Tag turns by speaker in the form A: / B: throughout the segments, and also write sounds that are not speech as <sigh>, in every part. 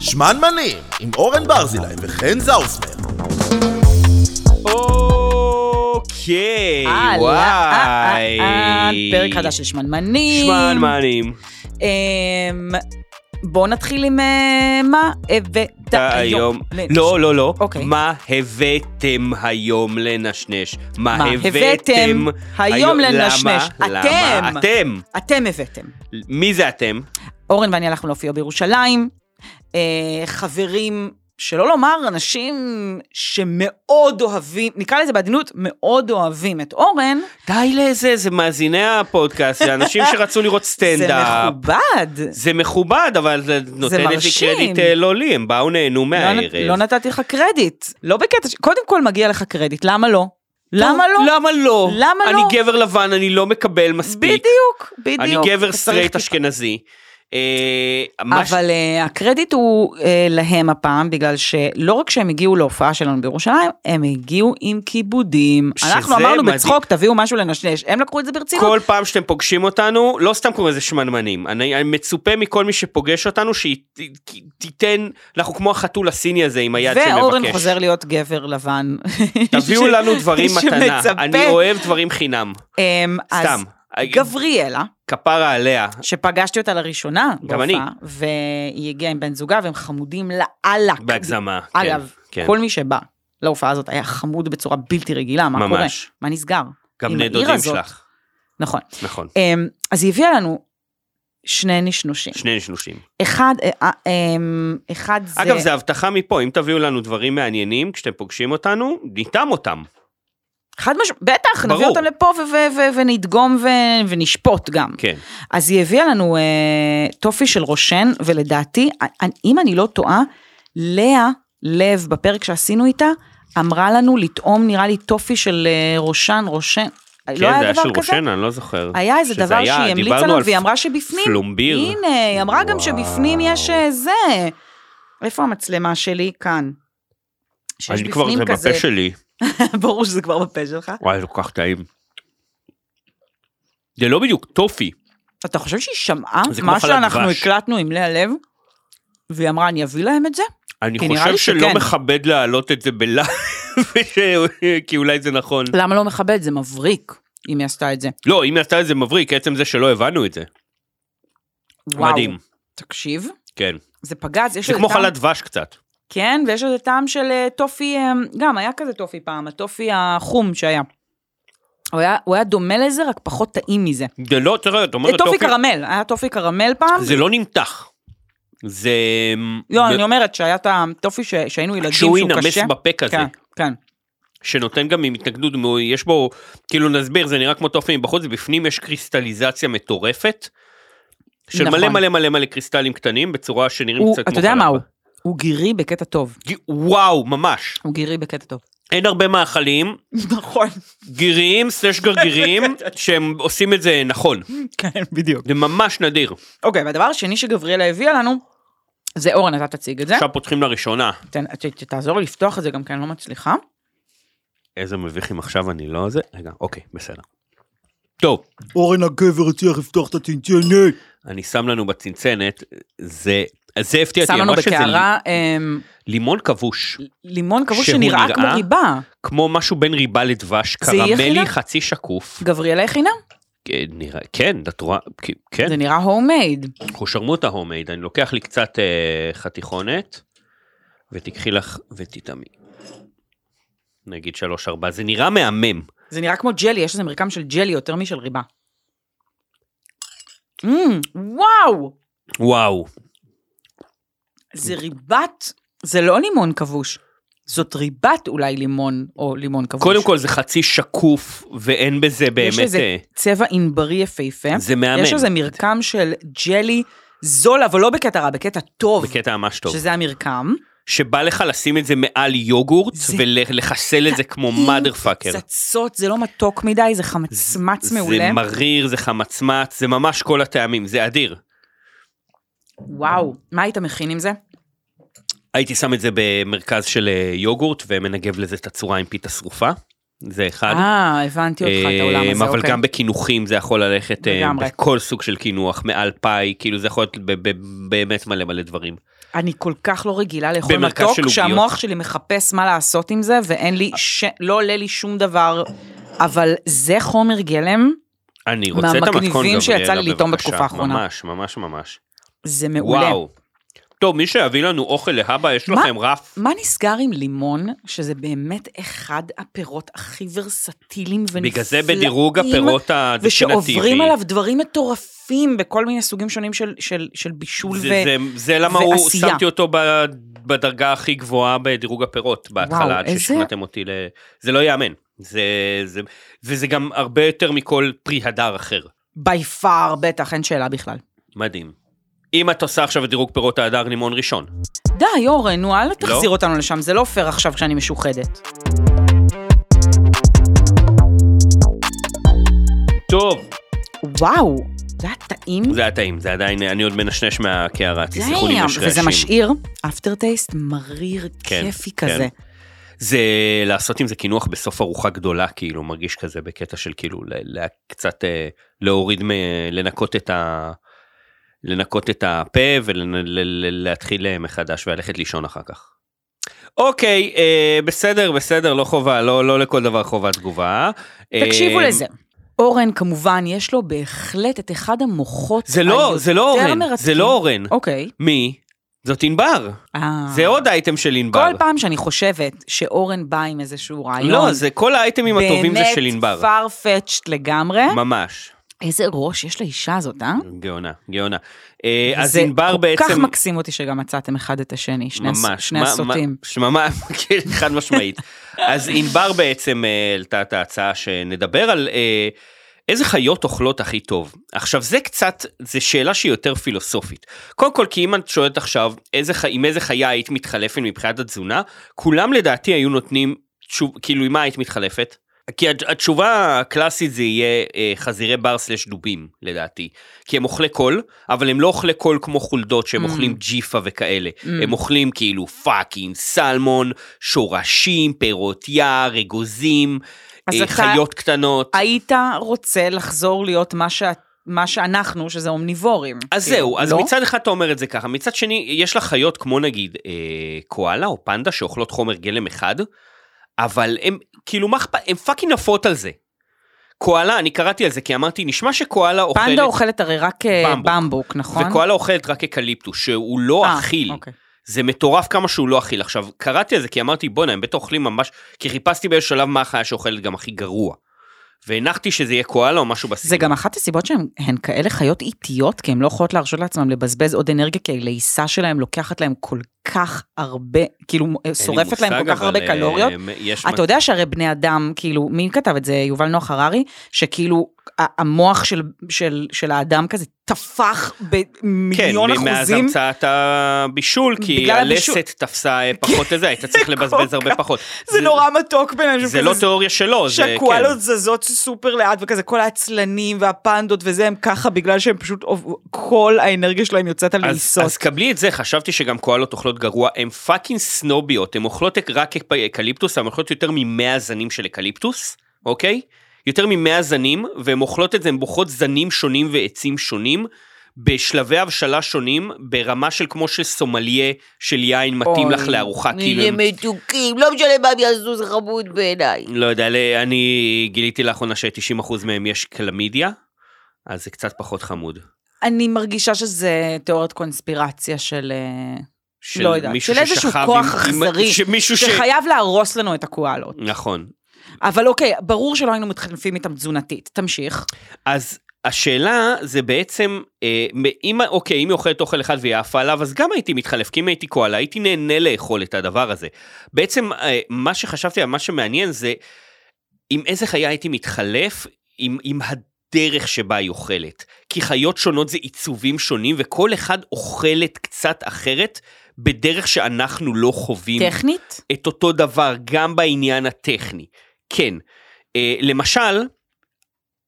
A: שמנמנים, עם אורן ברזילי וחן זאוסמן.
B: אוקיי,
C: אהלן, אה,
B: וואי.
C: אהלן, פרק חדש של שמנמנים.
B: שמנמנים.
C: אמ, בואו נתחיל עם אה, מה הבאת
B: אתה
C: היום.
B: אה, היום... לא, לא, לא.
C: אוקיי.
B: מה הבאתם היום לנשנש?
C: מה הבאתם היום לנשנש?
B: למה? למה?
C: אתם.
B: אתם.
C: אתם הבאתם.
B: מי זה אתם?
C: אורן ואני הלכנו להופיע בירושלים. אה, חברים, שלא לומר, אנשים שמאוד אוהבים, נקרא לזה בעדינות, מאוד אוהבים את אורן.
B: די לזה, זה מאזיני הפודקאסט, זה <laughs> אנשים שרצו לראות
C: זה
B: סטנדאפ.
C: מכובד. לא
B: זה מכובד, אבל זה נותנת לי
C: מרשים.
B: קרדיט אה, לא לי, הם באו נהנו
C: לא,
B: מהערב.
C: נת- לא נתתי לך קרדיט. לא בקטע ש... קודם כל מגיע לך קרדיט, למה לא? למה לא?
B: למה לא?
C: למה לא?
B: אני גבר לבן, אני לא מקבל מספיק.
C: בדיוק, בדיוק.
B: אני גבר
C: אתה צריך
B: סטרייט
C: טיפה-
B: אשכנזי. אה, מה ש-
C: אבל uh, הקרדיט הוא uh, להם הפעם, בגלל שלא רק שהם הגיעו להופעה שלנו בירושלים, הם הגיעו עם כיבודים.
B: שזה
C: אנחנו אמרנו
B: מדהים.
C: בצחוק, תביאו משהו לנשנש. הם לקחו את זה ברצינות.
B: כל פעם שאתם פוגשים אותנו, לא סתם קוראים לזה שמנמנים, אני, אני מצופה מכל מי שפוגש אותנו שתיתן, אנחנו כמו החתול הסיני הזה עם היד שמבקש.
C: ואורן חוזר להיות גבר לבן.
B: <laughs> תביאו
C: <laughs> ש-
B: לנו דברים מתנה,
C: שמצפה.
B: אני אוהב דברים חינם,
C: אמ, אז
B: סתם,
C: גבריאלה,
B: כפרה עליה.
C: שפגשתי אותה לראשונה
B: גם אני.
C: בהופעה, והיא הגיעה עם בן זוגה והם חמודים לאללה.
B: בהגזמה, כן,
C: אגב,
B: כן.
C: כל מי שבא להופעה הזאת היה חמוד בצורה בלתי רגילה, מה קורה?
B: ממש.
C: מה נסגר?
B: גם
C: עם
B: בני
C: העיר
B: דודים
C: הזאת.
B: שלך,
C: נכון.
B: נכון,
C: אמ, אז היא הביאה לנו שני נשנושים.
B: שני נשנושים.
C: אחד, אה, אה, אמ, אחד זה...
B: אגב, זו הבטחה מפה, אם תביאו לנו דברים מעניינים, כשאתם פוגשים אותנו, ניתם אותם.
C: חד משמעית, בטח,
B: ברור.
C: נביא אותם לפה ו- ו- ו- ונדגום ו- ונשפוט גם.
B: כן.
C: אז היא הביאה לנו אה, טופי של רושן, ולדעתי, אה, אם אני לא טועה, לאה לב, בפרק שעשינו איתה, אמרה לנו לטעום, נראה לי, טופי של אה, רושן, רושן. לא
B: כן, זה
C: היה
B: היה
C: דבר
B: של
C: כזה?
B: רושנה, אני לא זוכר.
C: היה איזה
B: שזה
C: דבר
B: היה-
C: שהיא
B: דיברנו
C: המליצה לנו,
B: על
C: והיא אמרה שבפנים,
B: פלומביר.
C: הנה, היא אמרה גם שבפנים
B: וואו.
C: יש אה, זה. איפה המצלמה שלי? כאן. שיש
B: אני כבר,
C: בפנים
B: זה
C: כזה,
B: בפה שלי.
C: <laughs> ברור שזה כבר בפה שלך.
B: וואי, זה כל כך טעים. זה לא בדיוק טופי.
C: אתה חושב שהיא שמעה
B: זה כמו
C: מה
B: חלת
C: שאנחנו
B: דבש.
C: הקלטנו עם לאה לב? והיא אמרה, אני אביא להם את זה?
B: אני
C: כי נראה
B: חושב
C: לי
B: שלא
C: שכן.
B: מכבד להעלות את זה בלייב, <laughs> וש- כי אולי זה נכון.
C: למה לא מכבד? זה מבריק, אם היא עשתה את זה.
B: לא, אם היא עשתה את זה מבריק, עצם זה שלא הבנו את זה.
C: וואו.
B: מדהים.
C: תקשיב,
B: כן.
C: זה פגז, יש
B: זה
C: לזה
B: כמו
C: טעם...
B: חלת דבש קצת.
C: כן, ויש לזה טעם של אה, טופי, אה, גם היה כזה טופי פעם, הטופי החום שהיה. הוא היה, הוא היה דומה לזה, רק פחות טעים מזה.
B: זה לא, תראה, את אומרת
C: זה "אה, טופי קרמל, היה טופי קרמל פעם.
B: זה לא נמתח. זה...
C: לא, אני אומרת שהיה את הטופי ש- שהיינו ילדים שהוא
B: שהוא
C: קשה.
B: ינמס בפה כזה.
C: כן, כן.
B: שנותן גם עם התנגדות, מו- יש בו, כאילו נסביר, זה נראה כמו טופי מבחוץ, ובפנים יש קריסטליזציה מטורפת. של
C: נכון.
B: מלא מלא מלא מלא קריסטלים קטנים בצורה שנראים
C: הוא,
B: קצת כמו
C: אתה יודע מה
B: חלבה.
C: הוא? הוא גירי בקטע טוב.
B: גי- וואו, ממש.
C: הוא גירי בקטע טוב. <laughs>
B: אין הרבה מאכלים,
C: נכון.
B: גיריים סלש גרגירים,
C: <laughs>
B: שהם עושים את זה נכון.
C: כן, בדיוק.
B: זה ממש נדיר.
C: אוקיי, והדבר השני שגבריאלה הביאה לנו, זה אורן, אתה תציג את זה.
B: עכשיו פותחים לראשונה.
C: תן- ת- ת- תעזור לי לפתוח את זה גם כי אני לא מצליחה.
B: איזה מביכים עכשיו אני לא זה. רגע, אוקיי, בסדר. טוב,
D: אורן הגבר הצליח לפתוח את הצנצנת.
B: אני שם לנו בצנצנת, זה, זה הפתיע אותי,
C: שם לנו
B: אמרה שזה
C: בקערה אמ,
B: לימון כבוש.
C: לימון כבוש
B: שהוא
C: שנראה
B: נראה-
C: כמו ריבה.
B: כמו משהו בין ריבה לדבש,
C: זה יהיה
B: קרמלי
C: חינם?
B: חצי שקוף.
C: גבריאלה הכינה?
B: כן, נראה, כן, את רואה, כן, כן,
C: זה נראה הומייד.
B: חושרמוטה הומייד, אני לוקח לי קצת אה, חתיכונת, ותיקחי לך ותטעמי. נגיד שלוש ארבע, זה נראה מהמם.
C: זה נראה כמו ג'לי, יש איזה מרקם של ג'לי יותר משל ריבה. אמ, וואו!
B: וואו,
C: זה ריבת, זה לא לימון כבוש. זאת ריבת אולי לימון או לימון כבוש.
B: קודם כל זה חצי שקוף, ואין בזה
C: יש
B: באמת,
C: לזה
B: אה,
C: צבע ענברי יפהפה.
B: זה מהמם.
C: יש איזה מרקם של ג'לי זול, אבל לא בקטע רע, בקטע טוב.
B: בקטע ממש טוב.
C: שזה המרקם.
B: שבא לך לשים את זה מעל יוגורט,
C: זה-
B: ולחסל את זה כמו
C: טעים,
B: mother fucker.
C: פצצות, זה לא מתוק מדי, זה חמצמץ מעולה.
B: זה מריר, זה חמצמץ, זה ממש כל הטעמים, זה אדיר.
C: וואו, מה היית מכין עם זה?
B: הייתי שם את זה במרכז של אה, יוגורט ומנגב לזה את הצורה עם פיתה שרופה. זה אחד.
C: אה, הבנתי אותך, את העולם
B: אמ,
C: הזה,
B: אבל
C: אוקיי.
B: גם בקינוחים זה יכול ללכת אמ,
C: לגמרי.
B: בכל סוג של קינוח, מעל פאי, כאילו זה יכול להיות ב- ב- באמת מלא מלא דברים.
C: אני כל כך לא רגילה לאכול
B: במרכז של
C: מתוק,
B: עוגיות.
C: שהמוח שלי מחפש מה לעשות עם זה, ואין לי, ש... לא עולה לי שום דבר, אבל זה חומר גלם,
B: אני רוצה את המתכון,
C: מהמגניבים
B: גבריאלה,
C: שיצא לי לטעום
B: בבקשה.
C: בתקופה האחרונה.
B: ממש, ממש, ממש.
C: זה מעולה.
B: וואו. טוב, מי שיביא לנו אוכל להבא, יש
C: מה?
B: לכם רף.
C: מה נסגר עם לימון, שזה באמת אחד הפירות הכי ורסטיליים ונפלאים,
B: בגלל זה בדירוג הפירות הדפינטיבי.
C: ושעוברים עליו דברים מטורפים בכל מיני סוגים שונים של, של, של בישול
B: זה,
C: ו...
B: זה, זה למה הוא,
C: ועשייה.
B: שמתי אותו ב- בדרגה הכי גבוהה בדירוג הפירות בהתחלה, עד
C: איזה-
B: ששכנעתם אותי ל... זה לא ייאמן. זה, זה, וזה גם הרבה יותר מכל פרי הדר אחר.
C: בי פאר, בטח, אין שאלה בכלל.
B: מדהים. אם את עושה עכשיו את דירוג פירות ההדר לימון ראשון,
C: די, אורן, נו,
B: לא.
C: אל תחזיר אותנו לשם, זה לא פייר עכשיו כשאני משוחדת.
B: טוב,
C: וואו, זה היה טעים.
B: זה היה טעים, זה עדיין, אני עוד מנשנש מהקערה, תסלחו לי אם
C: ים,
B: יש
C: וזה
B: רעשים.
C: משאיר אפטר טייסט מריר,
B: כן,
C: כיפי
B: כן.
C: כזה.
B: זה לעשות עם זה קינוח בסוף ארוחה גדולה, כאילו, מרגיש כזה בקטע של כאילו, ל- ל- קצת אה, להוריד, מ- לנקות את ה... לנקות את הפה ולהתחיל אה, מחדש וללכת לישון אחר כך. אוקיי, אה, בסדר, בסדר, לא חובה, לא, לא לכל דבר חובה תגובה.
C: תקשיבו
B: אה,
C: לזה. אורן, כמובן, יש לו בהחלט את אחד המוחות
B: זה לא, זה לא
C: היותר
B: אורן,
C: מרתקים.
B: זה לא אורן.
C: אוקיי.
B: מי? זאת ענבר.
C: אה.
B: זה עוד אייטם של ענבר.
C: כל פעם שאני חושבת שאורן בא עם איזשהו רעיון,
B: לא, זה כל האייטמים הטובים זה של ענבר.
C: באמת farfetched לגמרי.
B: ממש.
C: איזה ראש יש לאישה הזאת, אה?
B: גאונה, גאונה. אה, אז
C: זה
B: ענבר בעצם...
C: כל כך מקסים אותי שגם מצאתם אחד את השני, שני, הס-
B: ממש,
C: שני
B: מה-
C: הסוטים.
B: מה- שממה, כן, חד משמעית. אז ענבר בעצם אה, העלתה את ההצעה שנדבר על אה, איזה חיות אוכלות הכי טוב. עכשיו זה קצת, זו שאלה שהיא יותר פילוסופית. קודם כל, כי אם את שואלת עכשיו, איזה, ח- עם איזה חיה היית מתחלפת מבחינת התזונה, כולם לדעתי היו נותנים, תשוב, כאילו, עם מה היית מתחלפת? כי הת- התשובה הקלאסית זה יהיה אה, חזירי בר סלש דובים, לדעתי. כי הם אוכלי קול, אבל הם לא אוכלי קול כמו חולדות שהם
C: Mm.
B: אוכלים ג'יפה וכאלה. הם אוכלים כאילו פאקינג סלמון, שורשים, פירות יער, אגוזים,
C: אז
B: אה,
C: אתה- אה,
B: חיות קטנות.
C: היית רוצה לחזור להיות מה, שה... מה שאנחנו, שזה אומניבורים.
B: אז
C: כאילו,
B: זהו, אז
C: לא?
B: מצד אחד אתה אומר את זה ככה, מצד שני, יש לך חיות כמו נגיד אה, קואלה או פנדה שאוכלות חומר גלם אחד, אבל הם, כאילו מה אכפת, הם פאקינג עפות על זה. קואלה, אני קראתי על זה כי אמרתי, נשמע שקואלה אוכלת,
C: פנדה אוכלת הרי רק אה,
B: במבוק.
C: במבוק, נכון?
B: וקואלה אוכלת רק אקליפטוס, שהוא לא
C: אה,
B: אכיל.
C: אוקיי.
B: זה מטורף כמה שהוא לא אכיל. עכשיו, קראתי על זה כי אמרתי, בואנה, הם בטח אוכלים ממש, כי חיפשתי באיזשהו שלב מה החיה שאוכלת גם הכי גרוע. והנחתי שזה יהיה קואלה או משהו בסגנון.
C: זה גם אחת הסיבות שהן הן כאלה חיות איטיות, כי הן לא יכולות להרשות לעצמן לבזבז עוד אנרגיה, כי הלעיסה שלהם לוקחת להם כל כך הרבה, כאילו
B: אין לי
C: שורפת להם כל
B: מושג,
C: כך הרבה
B: אבל, אה,
C: קלוריות.
B: יש מצב-
C: אתה יודע שהרי בני אדם, כאילו, מי כתב את זה? יובל נוח הררי, שכאילו ה- המוח של, של, של האדם כזה טפח במיליון
B: כן, מאז
C: אחוזים.
B: המצאת הבישול, כי
C: בגלל הבישול.
B: הלסת תפסה אה, פחות לזה, היית
C: <laughs>
B: צריך לבזבז הרבה פחות.
C: זה נורא מתוק ביניהם.
B: זה
C: שכזה
B: לא תיאוריה שלו, זה כן.
C: שהקואלות זזות סופר לאט וכזה כל העצלנים והפנדות וזה הם ככה בגלל שהם פשוט עוב- כל האנרגיה שלהם יוצאת על
B: אז,
C: לעיסות.
B: אז קבלי את זה, חשבתי שגם קואלות אוכלות גרוע, הן פאקינג סנוביות, הן אוכלות רק אק- אקליפטוס, הן אוכלות יותר מ-100 זנים של אקליפטוס, אוקיי? יותר מ-100 זנים, והן אוכלות את זה, הן בוחרות זנים שונים ועצים שונים, בשלבי הבשלה שונים, ברמה של כמו של סומליה של יין מתאים
C: אוי,
B: לך לארוחה, כאילו...
E: נהיה
B: הם-
E: מתוקים, לא משנה מה הם יעשו, זה חמוד בעיניי.
B: לא יודע, ל- אני גיליתי לאחרונה ש-90% מהם יש קלמידיה, אז זה קצת פחות חמוד.
C: אני מרגישה שזה תיאוריית קונספירציה של... אה,
B: של
C: לא יודעת,
B: מישהו
C: של איזשהו
B: ששכב
C: כוח
B: עם- עם-
C: אכזרי,
B: שמישהו ש...
C: שחייב להרוס לנו את הקואלות.
B: נכון.
C: אבל אוקיי, ברור שלא היינו מתחלפים איתם תזונתית. תמשיך.
B: אז השאלה זה בעצם, אה, מ- אם, אוקיי, אם היא אוכלת אוכל אחד והיא עפה עליו, אז גם הייתי מתחלף, כי אם הייתי קואלה, הייתי נהנה לאכול את הדבר הזה. בעצם, אה, מה שחשבתי, על מה שמעניין זה, עם איזה חיה הייתי מתחלף, עם, עם הדרך שבה היא אוכלת. כי חיות שונות זה עיצובים שונים, וכל אחד אוכלת קצת אחרת, בדרך שאנחנו לא חווים.
C: טכנית?
B: את אותו דבר גם בעניין הטכני. כן, אה, למשל,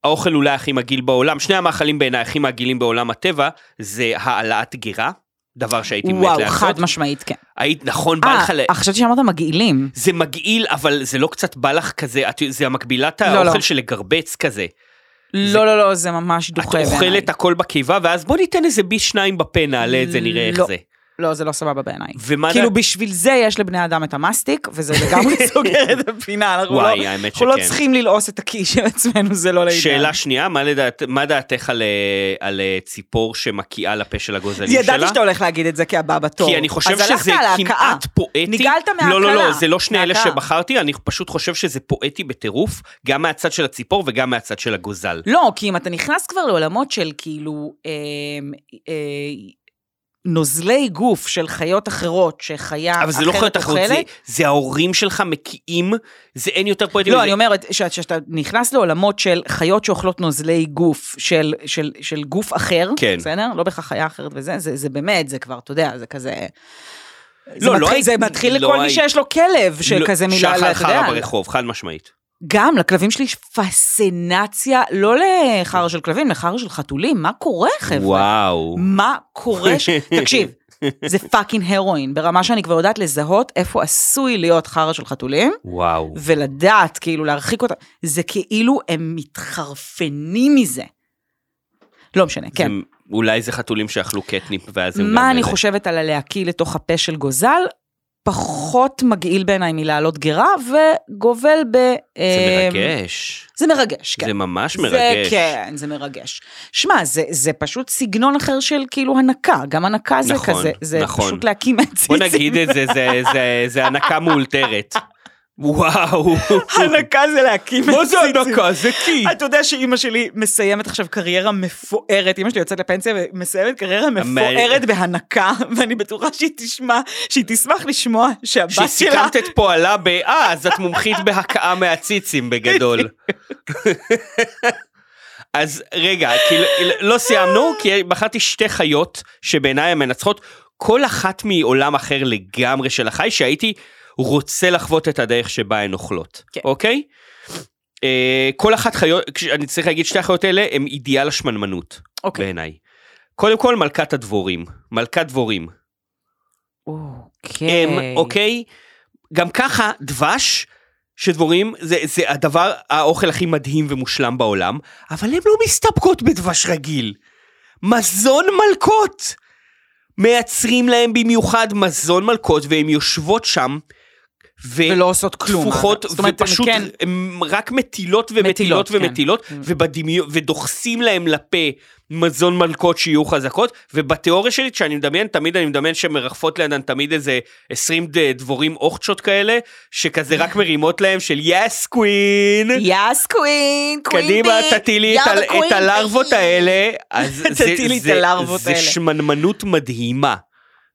B: האוכל אולי הכי מגעיל בעולם, שני המאכלים בעיניי הכי מגעילים בעולם הטבע, זה העלאת גרה דבר שהייתי מת לעשות.
C: וואו, חד משמעית, כן.
B: היית, נכון, בא
C: אה,
B: לך ל...
C: חשבתי שאמרת מגעילים.
B: זה מגעיל, אבל זה לא קצת בא לך כזה, את, זה המקבילת
C: לא,
B: האוכל
C: לא.
B: של לגרבץ כזה.
C: לא, לא, לא, זה ממש
B: את
C: דוחה
B: אוכלת הכל בקיבה, ואז בוא ניתן איזה ביס שניים בפה, נעלה את זה, נראה איך
C: לא.
B: זה.
C: לא, זה לא סבבה בעיניי.
B: ומה
C: כאילו
B: דע-
C: בשביל זה יש לבני אדם את המאסטיק, וזה
B: <laughs>
C: לגמרי סוגר את הפינה, אנחנו
B: וואי,
C: לא-
B: האמת
C: אנחנו לא
B: שכן.
C: צריכים ללעוס את הכי של עצמנו, זה לא לעניין.
B: שאלה שנייה, מה, לדעת, מה דעתך על, אה, על אה, ציפור שמקיאה לפה של הגוזלים שלה?
C: ידעתי שאתה הולך להגיד את זה כהבא בתור.
B: כי אני חושב
C: אז הלכת
B: שזה
C: על ההכאה.
B: כמעט פואטי.
C: נגעלת מההקלה.
B: לא, לא, לא, זה לא שני אלה
C: מההקאה.
B: שבחרתי, אני פשוט חושב שזה פואטי בטירוף, גם מהצד של הציפור וגם מהצד של הגוזל.
C: לא, כי אם אתה נכנס כבר לעולמות של כאילו אה, אה, נוזלי גוף של חיות אחרות, שחיה אחרת
B: אבל זה לא חיות אחרות, זה,
C: אוכלת-
B: זה ההורים שלך מקיאים, כאילו זה אין יותר פואטי
C: לא,
B: מזה.
C: אני אומרת, שאת- שאתה נכנס לעולמות של חיות שאוכלות נוזלי גוף של, של, של גוף אחר,
B: כן.
C: בסדר? לא בהכרח חיה אחרת וזה, זה, זה באמת, זה כבר, אתה יודע, זה כזה... זה
B: לא, לא
C: מתחיל,
B: הייתי-
C: זה מתחיל
B: לא
C: לכל מי
B: הייתי-
C: שיש לו כלב, של
B: לא,
C: כזה מילה,
B: שחר
C: אתה יודע.
B: חרא ברחוב, חד משמעית.
C: גם, לכלבים שלי יש פסצינציה, לא לחרא של כלבים, לחרא של חתולים, מה קורה, חבר'ה?
B: וואו.
C: מה
B: <laughs>
C: קורה ש... תקשיב, זה פאקינג הרואין, ברמה שאני כבר יודעת לזהות איפה עשוי להיות חרא של חתולים,
B: וואו.
C: ולדעת, כאילו, להרחיק אותם, זה כאילו הם מתחרפנים מזה. לא משנה, כן.
B: זה- אולי זה חתולים שאכלו קטניפ ואז הם גם... אה,
C: מה אני
B: אלה.
C: חושבת על הלהקיא לתוך הפה של גוזל? פחות מגעיל בעיניי מלהעלות גרה, וגובל ב...
B: זה
C: אה,
B: מרגש.
C: זה מרגש, כן.
B: זה ממש
C: זה
B: מרגש.
C: כן, זה מרגש. שמע, זה, זה פשוט סגנון אחר של כאילו הנקה, גם הנקה זה
B: נכון,
C: כזה, זה
B: נכון.
C: פשוט להקים מהציצים.
B: בוא נגיד את זה, זה, זה, זה הנקה מאולתרת.
C: <laughs>
B: וואו.
C: הנקה זה להקים מהציצים.
B: מה זה הנקה? זה קי.
C: אתה יודע שאימא שלי מסיימת עכשיו קריירה מפוארת, אימא שלי יוצאת לפנסיה ומסיימת קריירה מפוארת בהנקה, ואני בטוחה שהיא תשמע, שהיא תשמח לשמוע שהבת שלה...
B: שסיכמת את פועלה ב... אה, אז את מומחית בהכאה מהציצים בגדול. אז רגע, כי לא- לא סיימנו, כי בחרתי שתי חיות שבעיניי הן מנצחות, כל אחת מעולם אחר לגמרי של החי, שהייתי רוצה לחוות את הדרך שבה הן אוכלות,
C: כן.
B: אוקיי? אה, כל אחת חיות, כש- אני צריך להגיד שתי החיות האלה, הן אידיאל השמנמנות,
C: אוקיי.
B: בעיניי. קודם כל מלכת הדבורים, מלכת דבורים.
C: אוקיי.
B: הם, אוקיי? גם ככה, דבש שדבורים זה, זה הדבר, האוכל הכי מדהים ומושלם בעולם, אבל הן לא מסתפקות בדבש רגיל. מזון מלקות! מייצרים להם במיוחד מזון מלקות, והן יושבות שם. ו...
C: ולא עושות כלום.
B: תפוחות,
C: זאת אומרת,
B: ופשוט
C: כן.
B: הם רק מטילות ומטילות
C: מטילות, כן.
B: ומטילות, ובדמיון, ודוחסים להם לפה מזון מלקות שיהיו חזקות, ובתיאוריה שלי, כשאני מדמיין, תמיד אני מדמיין שמרחפות לידן תמיד איזה 20 ד- דבורים אוכצ'ות כאלה, שכזה רק מרימות להם של יס קווין,
C: יאס קווין, קווין
B: קדימה
C: בי.
B: תטילי את
E: יאללה,
B: ה- את
E: קווין
B: הלרבות
E: בי.
C: <laughs>
B: האלה, אז זה-
C: תטילי את
B: זה-
C: הלרבות
B: זה
C: האלה.
B: שמנמנות מדהימה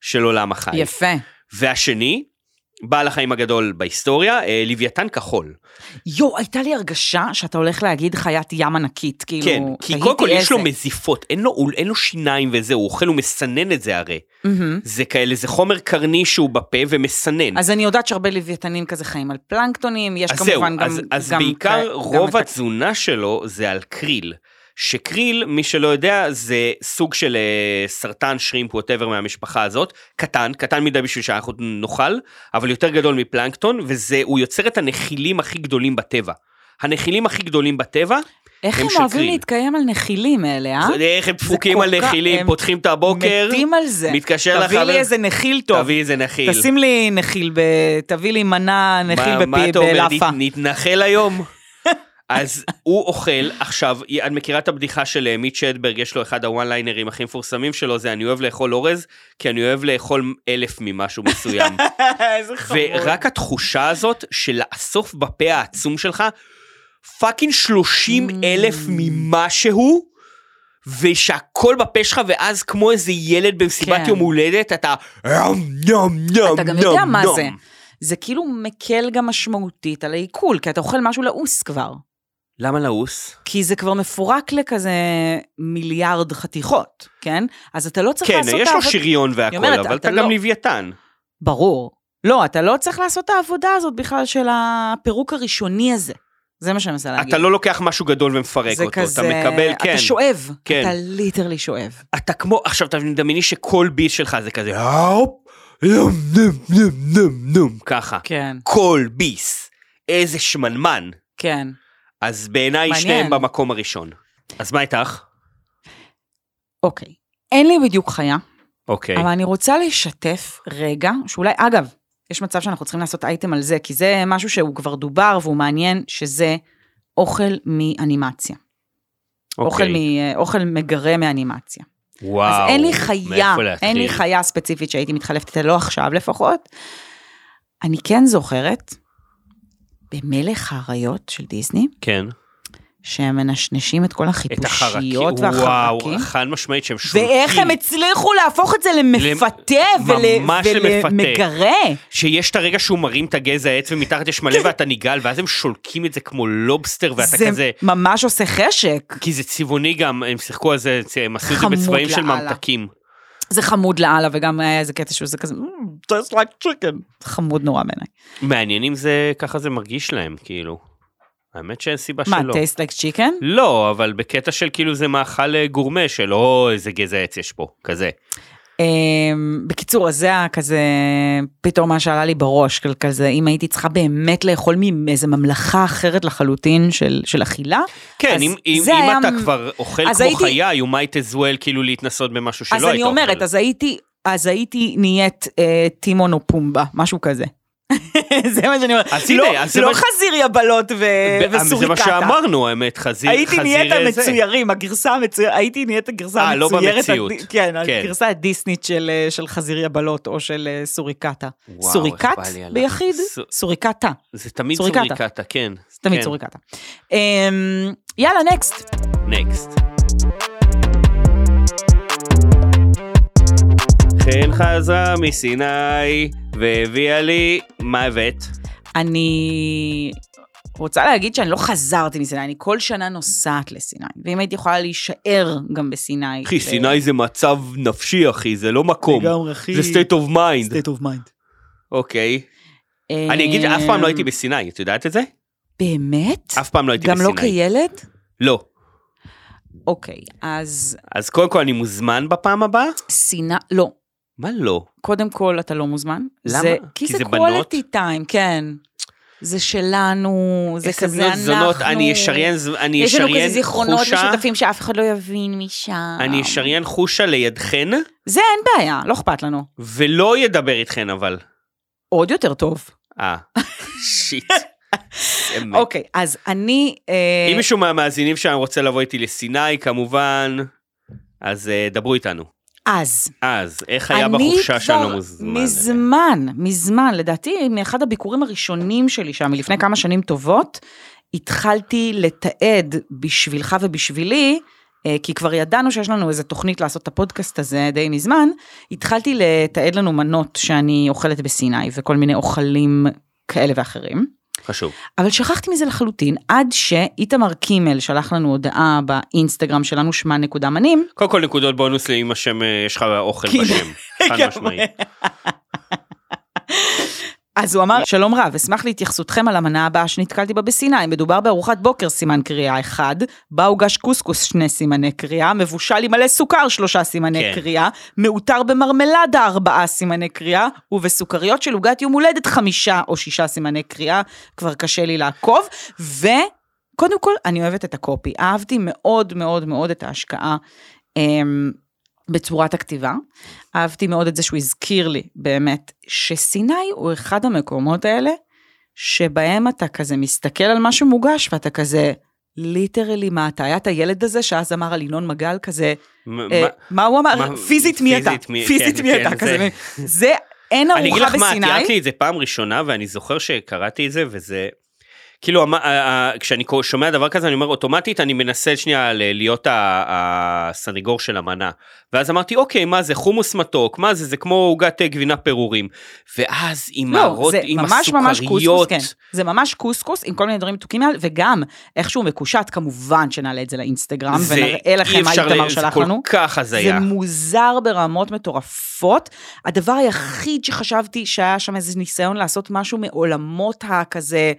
B: של עולם החי.
C: יפה.
B: והשני, בעל החיים הגדול בהיסטוריה, אה, לוויתן כחול.
C: יואו, הייתה לי הרגשה שאתה הולך להגיד חיית ים ענקית, כאילו...
B: כן, כי
C: תהיתי
B: קודם כל יש
C: איזה.
B: לו מזיפות, אין לו, אין לו שיניים וזה, הוא אוכל, הוא מסנן את זה הרי.
C: מהמם.
B: זה כאלה, זה חומר קרני שהוא בפה ומסנן.
C: אז אני יודעת שהרבה לוויתנים כזה חיים על פלנקטונים, יש
B: אז
C: כמובן גם...
B: אז, אז
C: גם
B: בעיקר
C: כ-
B: רוב
C: גם את ה-
B: התזונה שלו זה על קריל. שקריל, מי שלא יודע, זה סוג של אה, סרטן שרימפ ווטאבר מהמשפחה הזאת, קטן, קטן מדי בשביל שאנחנו נאכל, אבל יותר גדול מפלנקטון, וזה, הוא יוצר את הנחילים הכי גדולים בטבע. הנחילים הכי גדולים בטבע,
C: איך
B: הם
C: הם
B: של
C: אוהבים
B: קריל.
C: להתקיים על נחילים האלה, אה?
B: איך הם דפוקים
C: כל
B: על
C: כך-
B: נחילים,
C: הם
B: פותחים את הבוקר,
C: מתים על זה.
B: מתקשר
C: תביא
B: לחבר-
C: לי איזה נחיל טוב.
B: תביא איזה נחיל.
C: תשים לי נחיל, ב... תביא לי מנה נחיל
B: מה- מה
C: בפי
B: אתה אומר,
C: בלאפה. <laughs>
B: נת- נתנחל היום? אז הוא אוכל עכשיו, את מכירה את הבדיחה של אה, מיט שדברג, יש לו אחד הוואן ליינרים הכי מפורסמים שלו, זה אני אוהב לאכול אורז, כי אני אוהב לאכול אלף ממשהו
C: <laughs>
B: מסוים.
C: איזה
B: ורק התחושה הזאת של לאסוף בפה העצום שלך פאקינג 30
C: Mm.
B: אלף ממשהו, ושהכל בפה שלך, ואז כמו איזה ילד במסיבת
C: כן.
B: יום הולדת, אתה "יום, יום, יום,
C: אתה גם יודע
B: יום,
C: מה זה.
B: יום.
C: זה כאילו מקל גם משמעותית על העיכול, כי אתה אוכל משהו לעוס כבר.
B: למה לעוס?
C: כי זה כבר מפורק לכזה מיליארד חתיכות, כן? אז אתה לא צריך
B: כן,
C: לעשות את
B: יש לו
C: העבודה-
B: שריון והכל,
C: אומרת,
B: אבל
C: אתה
B: אתה גם
C: לא-
B: לוויתן.
C: ברור. לא, אתה לא צריך לעשות את העבודה הזאת בכלל של הפירוק הראשוני הזה. זה מה שאני מנסה להגיד.
B: אתה לא לוקח משהו גדול ומפרק
C: זה
B: אותו,
C: כזה-
B: אתה מקבל, כן.
C: אתה שואב,
B: כן.
C: אתה ליטרלי שואב.
B: אתה כמו, עכשיו תדמייני שכל ביס שלך זה כזה,
A: האופ, נום נום נום נום נום.
B: ככה.
C: כן,
B: כל ביס. איזה שמנמן.
C: כן.
B: אז בעיניי
C: מעניין.
B: שניהם במקום הראשון. אז מה איתך?
C: אוקיי. אין לי בדיוק חיה,
B: אוקיי.
C: אבל אני רוצה לשתף רגע, שאולי, אגב, יש מצב שאנחנו צריכים לעשות אייטם על זה, כי זה משהו שהוא כבר דובר והוא מעניין, שזה אוכל מאנימציה. אוכל,
B: אוקיי.
C: מ, אוכל מגרה מאנימציה. אז
B: וואו.
C: אין לי חיה,
B: מאיפה להתחיל?
C: אין לי חיה ספציפית שהייתי מתחלפת איתה, לא עכשיו לפחות. אני כן זוכרת, במלך האריות של דיסני,
B: כן.
C: שהם מנשנשים את כל
B: את החרקים.
C: החיפושיות
B: וואו,
C: והחרקים.
B: חד משמעית שהם שולטים.
C: ואיך הם הצליחו להפוך את זה למפתה ול-
B: ממש למפתה.
C: ולמגרה.
B: שיש את הרגע שהוא מרים את הגזע העץ ומתחת יש מלא ואתה נגעל, ואז הם שולקים את זה כמו לובסטר ואתה
C: כן. זה
B: כזה...
C: ממש עושה חשק.
B: כי זה צבעוני גם, הם שיחקו על זה, הם עשו את זה
C: חמוד
B: בצבעים של
C: לאללה.
B: ממתקים.
C: זה חמוד לאללה, וגם היה איזה קטע שהוא זה כזה, "Mm, tastes like chicken. חמוד נורא בעיניי.
B: מעניין אם זה, ככה זה מרגיש להם, כאילו. האמת שאין סיבה
C: מה,
B: שלא.
C: tastes like chicken?
B: לא, אבל בקטע של כאילו זה מאכל אה, גורמה של או איזה גזע עץ יש פה, כזה.
C: אמ, בקיצור, אז זה היה כזה, פתאום מה שעלה לי בראש, כל- כזה, אם הייתי צריכה באמת לאכול מאיזה ממלכה אחרת לחלוטין של, של אכילה,
B: כן,
C: אז
B: אם, אם,
C: זה
B: אם
C: היה-
B: אתה כבר אוכל
C: אז
B: כמו
C: הייתי-
B: חיה, you might as well כאילו להתנסות במשהו שלא
C: אז
B: היית
C: אני אומרת,
B: אוכל.
C: אז הייתי, אז הייתי נהיית אה, טימון או פומבה, משהו כזה. <laughs> זה מה שאני אומרת.
B: אז הנה,
C: לא-
B: אז זה
C: לא
B: מה-
C: חזיר יבלות ו... וסוריקטה.
B: אה, זה מה שאמרנו, האמת, חזיר,
C: הייתי
B: חזיר
C: נהיית
B: אה, זה.
C: המצוירים, הגרסה המצוירת, הייתי נהיית הגרסה
B: אה, לא
C: המצוירת.
B: במציאות.
C: הד- כן,
B: כן.
C: הגרסה הדיסנית של, אה, של חזיר יבלות או של אה, סוריקטה.
B: וואו,
C: סוריקט
B: איך בא לי עליו.
C: ביחיד,
B: סו-
C: סוריקטה,
B: זה תמיד
C: סוריקטה.
B: סוריקטה, כן.
C: זה תמיד
B: כן.
C: סוריקטה. אמ, יאללה, נקסט.
B: נקסט. חן חזרה מסיני והביאה לי, מה הבאת?
C: אני רוצה להגיד שאני לא חזרתי מסיני, אני כל שנה נוסעת לסיני, ואם הייתי יכולה להישאר גם בסיני.
B: אחי,
C: ו-
B: סיני זה מצב נפשי, אחי, זה לא מקום.
D: לגמרי, אחי.
B: זה state of mind.
D: state of mind.
B: אוקיי.
C: אמ,
B: אני אגיד שאף פעם לא הייתי בסיני, את יודעת את זה?
C: באמת?
B: אף פעם לא הייתי
C: גם
B: בסיני.
C: לא כילד?
B: לא.
C: אוקיי, אז
B: אז קודם כל אני מוזמן בפעם הבאה?
C: סיני, לא.
B: מה לא?
C: קודם כל, אתה לא מוזמן.
B: למה?
C: זה, כי
B: כי
C: זה
B: זה בנות?
C: quality time, כן. זה שלנו, זה
B: איזה
C: כזה
B: בנות
C: אנחנו.
B: זונות, אני אשריין ז- אני
C: יש לנו כזה
B: אשריין
C: זיכרונות
B: חושה,
C: משותפים שאף אחד לא יבין משם.
B: אני אשריין חושה לידכן,
C: זה אין בעיה, לא אכפת לנו.
B: ולא ידבר איתכן אבל.
C: עוד יותר טוב.
B: אה, שיט. אמת.
C: אוקיי, אז אני... אה,
B: אם מישהו מהמאזינים שם רוצה לבוא איתי לסיני כמובן, אז אה, דברו איתנו.
C: אז.
B: אז, איך היה
C: אני
B: בחופשה שאני לא
C: כבר
B: מוזמן? אליה?
C: מזמן, מזמן, לדעתי, מאחד הביקורים הראשונים שלי שם, מלפני כמה שנים טובות, התחלתי לתעד בשבילך ובשבילי, אה, כי כבר ידענו שיש לנו איזו תוכנית לעשות את הפודקאסט הזה די מזמן, התחלתי לתעד לנו מנות שאני אוכלת בסיני וכל מיני אוכלים כאלה ואחרים.
B: חשוב.
C: אבל שכחתי מזה לחלוטין, עד שאיתמר קימל שלח לנו הודעה באינסטגרם שלנו, שמה נקודה מנים,
B: קודם כל נקודות בונוס לי אם השם, אה, יש לך אוכל
C: כאילו, <laughs>
B: בשם. חד משמעית.
C: אז הוא אמר, שלום רב, אשמח להתייחסותכם על המנה הבאה שנתקלתי בה בסיני. מדובר בארוחת בוקר, סימן קריאה אחד, בה הוגש קוסקוס, שני סימני קריאה, מבושל עם מלא סוכר, שלושה סימני
B: כן.
C: קריאה, מעוטר במרמלדה, ארבעה סימני קריאה, ובסוכריות של עוגת יום הולדת, חמישה או שישה סימני קריאה, כבר קשה לי לעקוב, ו... קודם כל, אני אוהבת את הקופי. אהבתי מאוד מאוד מאוד את ההשקעה אמ, בצורת הכתיבה. אהבתי מאוד את זה שהוא הזכיר לי, באמת, שסיני הוא אחד המקומות האלה, שבהם אתה כזה מסתכל על מה שמוגש, ואתה כזה, ליטרלי, מה אתה? היה את הילד הזה שאז אמר על ינון מגל כזה,
B: מ-
C: אה,
B: מה-
C: מה הוא אמר?
B: מה-
C: פיזית מי אתה?
B: פיזית מי-
C: פיזית
B: כן,
C: מי
B: כן,
C: אתה? כזה,
B: זה-
C: מין- זה, אין
B: אני אגיד
C: ארוחה
B: לך מה, תיארת
C: לא, בסיני.
B: לי את זה פעם ראשונה, ואני זוכר שקראתי את זה, וזה... כאילו, המ- ה- ה- כשאני קו- שומע דבר כזה, אני אומר, אוטומטית אני מנסה שנייה ל- להיות ה- הסניגור של המנה. ואז אמרתי, אוקיי, מה זה, חומוס מתוק, מה זה, זה כמו עוגת אה, גבינה פירורים. ואז עם
C: לא,
B: הרות,
C: זה
B: עם
C: ממש ממש קוסקוס,
B: הסוכריות,
C: כן. זה ממש קוסקוס עם כל מיני דברים מתוקים מעל, וגם איכשהו מקושט, כמובן שנעלה את זה לאינסטגרם,
B: זה
C: ונראה
B: אי
C: לכם מה
B: אפשר ל-
C: איתמר שלח לנו.
B: זה כל כך
C: זה
B: הזיה.
C: מוזר ברמות מטורפות. הדבר היחיד שחשבתי שהיה שם איזה ניסיון לעשות משהו מעולמות הכזה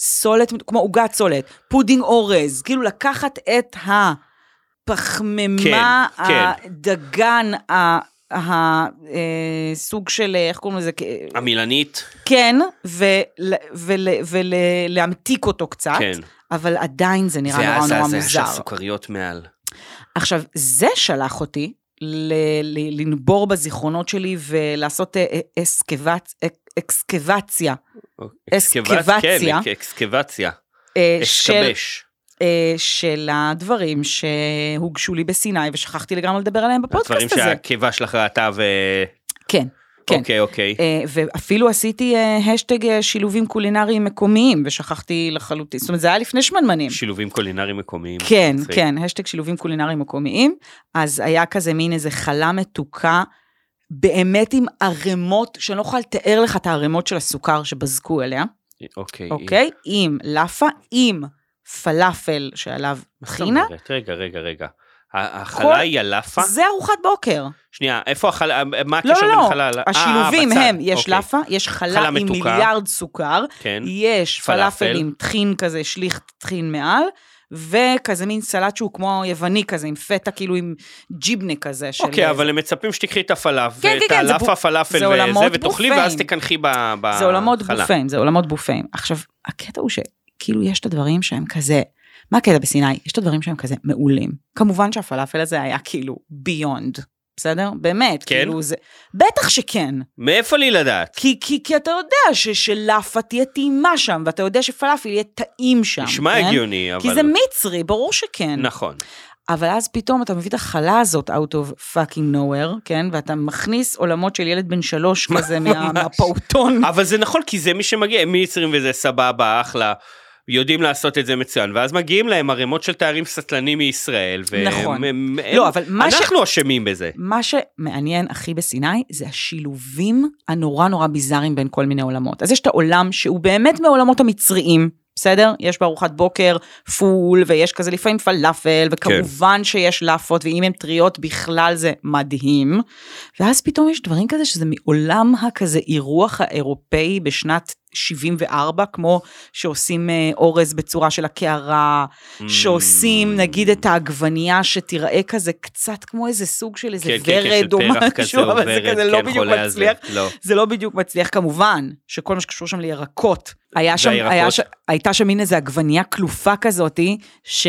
C: סולת, כמו עוגת סולת, פודינג אורז, כאילו לקחת את הפחמימה,
B: כן, כן.
C: הדגן, ה- ה- אה, סוג של, איך קוראים לזה?
B: עמילנית,
C: כן, ולהמתיק אותו קצת,
B: כן.
C: אבל עדיין זה נראה נורא
B: זה
C: נורא
B: הזעזע של
C: מוזר.
B: הסוכריות מעל.
C: עכשיו, זה שלח אותי ל- ל- לנבור בזיכרונות שלי ולעשות אה, אה, אסקבצ- אק- אקסקבציה אסקבציה.
B: אקסקבציה. כן, אקסקבציה.
C: אה, של,
B: אשתבש.
C: אה, של הדברים שהוגשו לי בסיני ושכחתי לגמרי לדבר עליהם בפודקאסט
B: הדברים
C: הזה.
B: שהקיבה שלך ראתה ו...
C: כן, כן.
B: אוקיי, אוקיי.
C: אה, ואפילו עשיתי אה, השטג אה, שילובים קולינריים מקומיים ושכחתי לחלוטין, זאת אומרת זה היה לפני שמנמנים.
B: שילובים קולינריים מקומיים.
C: כן,
B: כאילו, מצחיק.
C: כן, השטג שילובים קולינריים מקומיים. אז היה כזה מין איזה חלה מתוקה, באמת עם ערימות, שאני לא יכולה לתאר לך את הערימות של הסוכר שבזקו אליה,
B: אוקיי.
C: אוקיי? עם לאפה, עם פלאפל שעליו
B: מה זאת
C: חינה.
B: אומרת? רגע, רגע, רגע. ה- החלה היא הלאפה?
C: זה ארוחת בוקר.
B: שנייה, איפה החלה? מה
C: לא,
B: הקשר
C: לא,
B: בין
C: לא.
B: חלה? ל- אה,
C: השילובים
B: בצד.
C: הם, יש
B: אוקיי.
C: לאפה, יש חלה
B: חלה
C: עם
B: מתוקה.
C: מיליארד סוכר,
B: כן.
C: יש
B: פלאפל.
C: פלאפל עם טחין כזה, שליך טחין מעל, וכזה מין סלט שהוא כמו יווני כזה, עם פטה כאילו עם ג'יבנה כזה. של-
B: אוקיי, אבל הם מצפים שתקחי את הפלאפל,
C: כן, כן,
B: ואת
C: כן, זה
B: הלאפה,
C: בו-
B: הפלאפל
C: זה עולמות
B: וזה, ותאכלי, ואז
C: בופים.
B: תקנחי ב- בחלה.
C: זה עולמות בופים, זה עולמות בופים. עכשיו, הקטע הוא שכאילו יש את הדברים שהם כזה, מה הקטע בסיני? יש את הדברים שהם כזה מעולים. כמובן שהפלאפל הזה היה כאילו ביונד, בסדר? באמת,
B: כן?
C: כאילו זה... בטח שכן.
B: מאיפה לי לדעת?
C: כי, כי, כי אתה יודע ש, שלאפה תהיה טעימה שם, ואתה יודע שפלאפל יהיה טעים שם.
B: נשמע
C: כן?
B: הגיוני, אבל...
C: כי זה מצרי, ברור שכן.
B: נכון.
C: אבל אז פתאום אתה מביא את החלה הזאת out of fucking nowhere, כן? ואתה מכניס עולמות של ילד בן שלוש כזה מה, מהפעוטון.
B: אבל זה נכון, כי זה מי שמגיע, הם מצרים וזה סבבה, אחלה, יודעים לעשות את זה מצוין, ואז מגיעים להם ערימות של תארים סטלנים מישראל, והם...
C: נכון.
B: הם- הם-
C: לא, אבל מה ש-
B: אנחנו אשמים בזה.
C: מה שמעניין הכי בסיני זה השילובים הנורא נורא ביזאריים בין כל מיני עולמות. אז יש את העולם שהוא באמת מהעולמות המצריים, בסדר? יש בארוחת בוקר פול, ויש כזה לפעמים פלאפל, וכמובן כן. שיש לאפות, ואם הן טריות בכלל זה מדהים. ואז פתאום יש דברים כזה שזה מעולם הכזה אירוח האירופאי בשנת 74, כמו שעושים אה, אורז בצורה של הקערה, שעושים נגיד את העגבנייה שתיראה כזה קצת כמו איזה סוג של איזה
B: כן, כן, כן, של
C: ורד או
B: פרח כזה
C: משהו, אבל זה
B: ורד,
C: כזה לא
B: כן,
C: בדיוק
B: חולה על זה,
C: מצליח.
B: לא.
C: זה לא בדיוק מצליח כמובן, שכל מה שקשור שם לירקות, היה שם,
B: והירקות?
C: היה ש... הייתה שם מין איזה עגבנייה כלופה כזאתי, ש...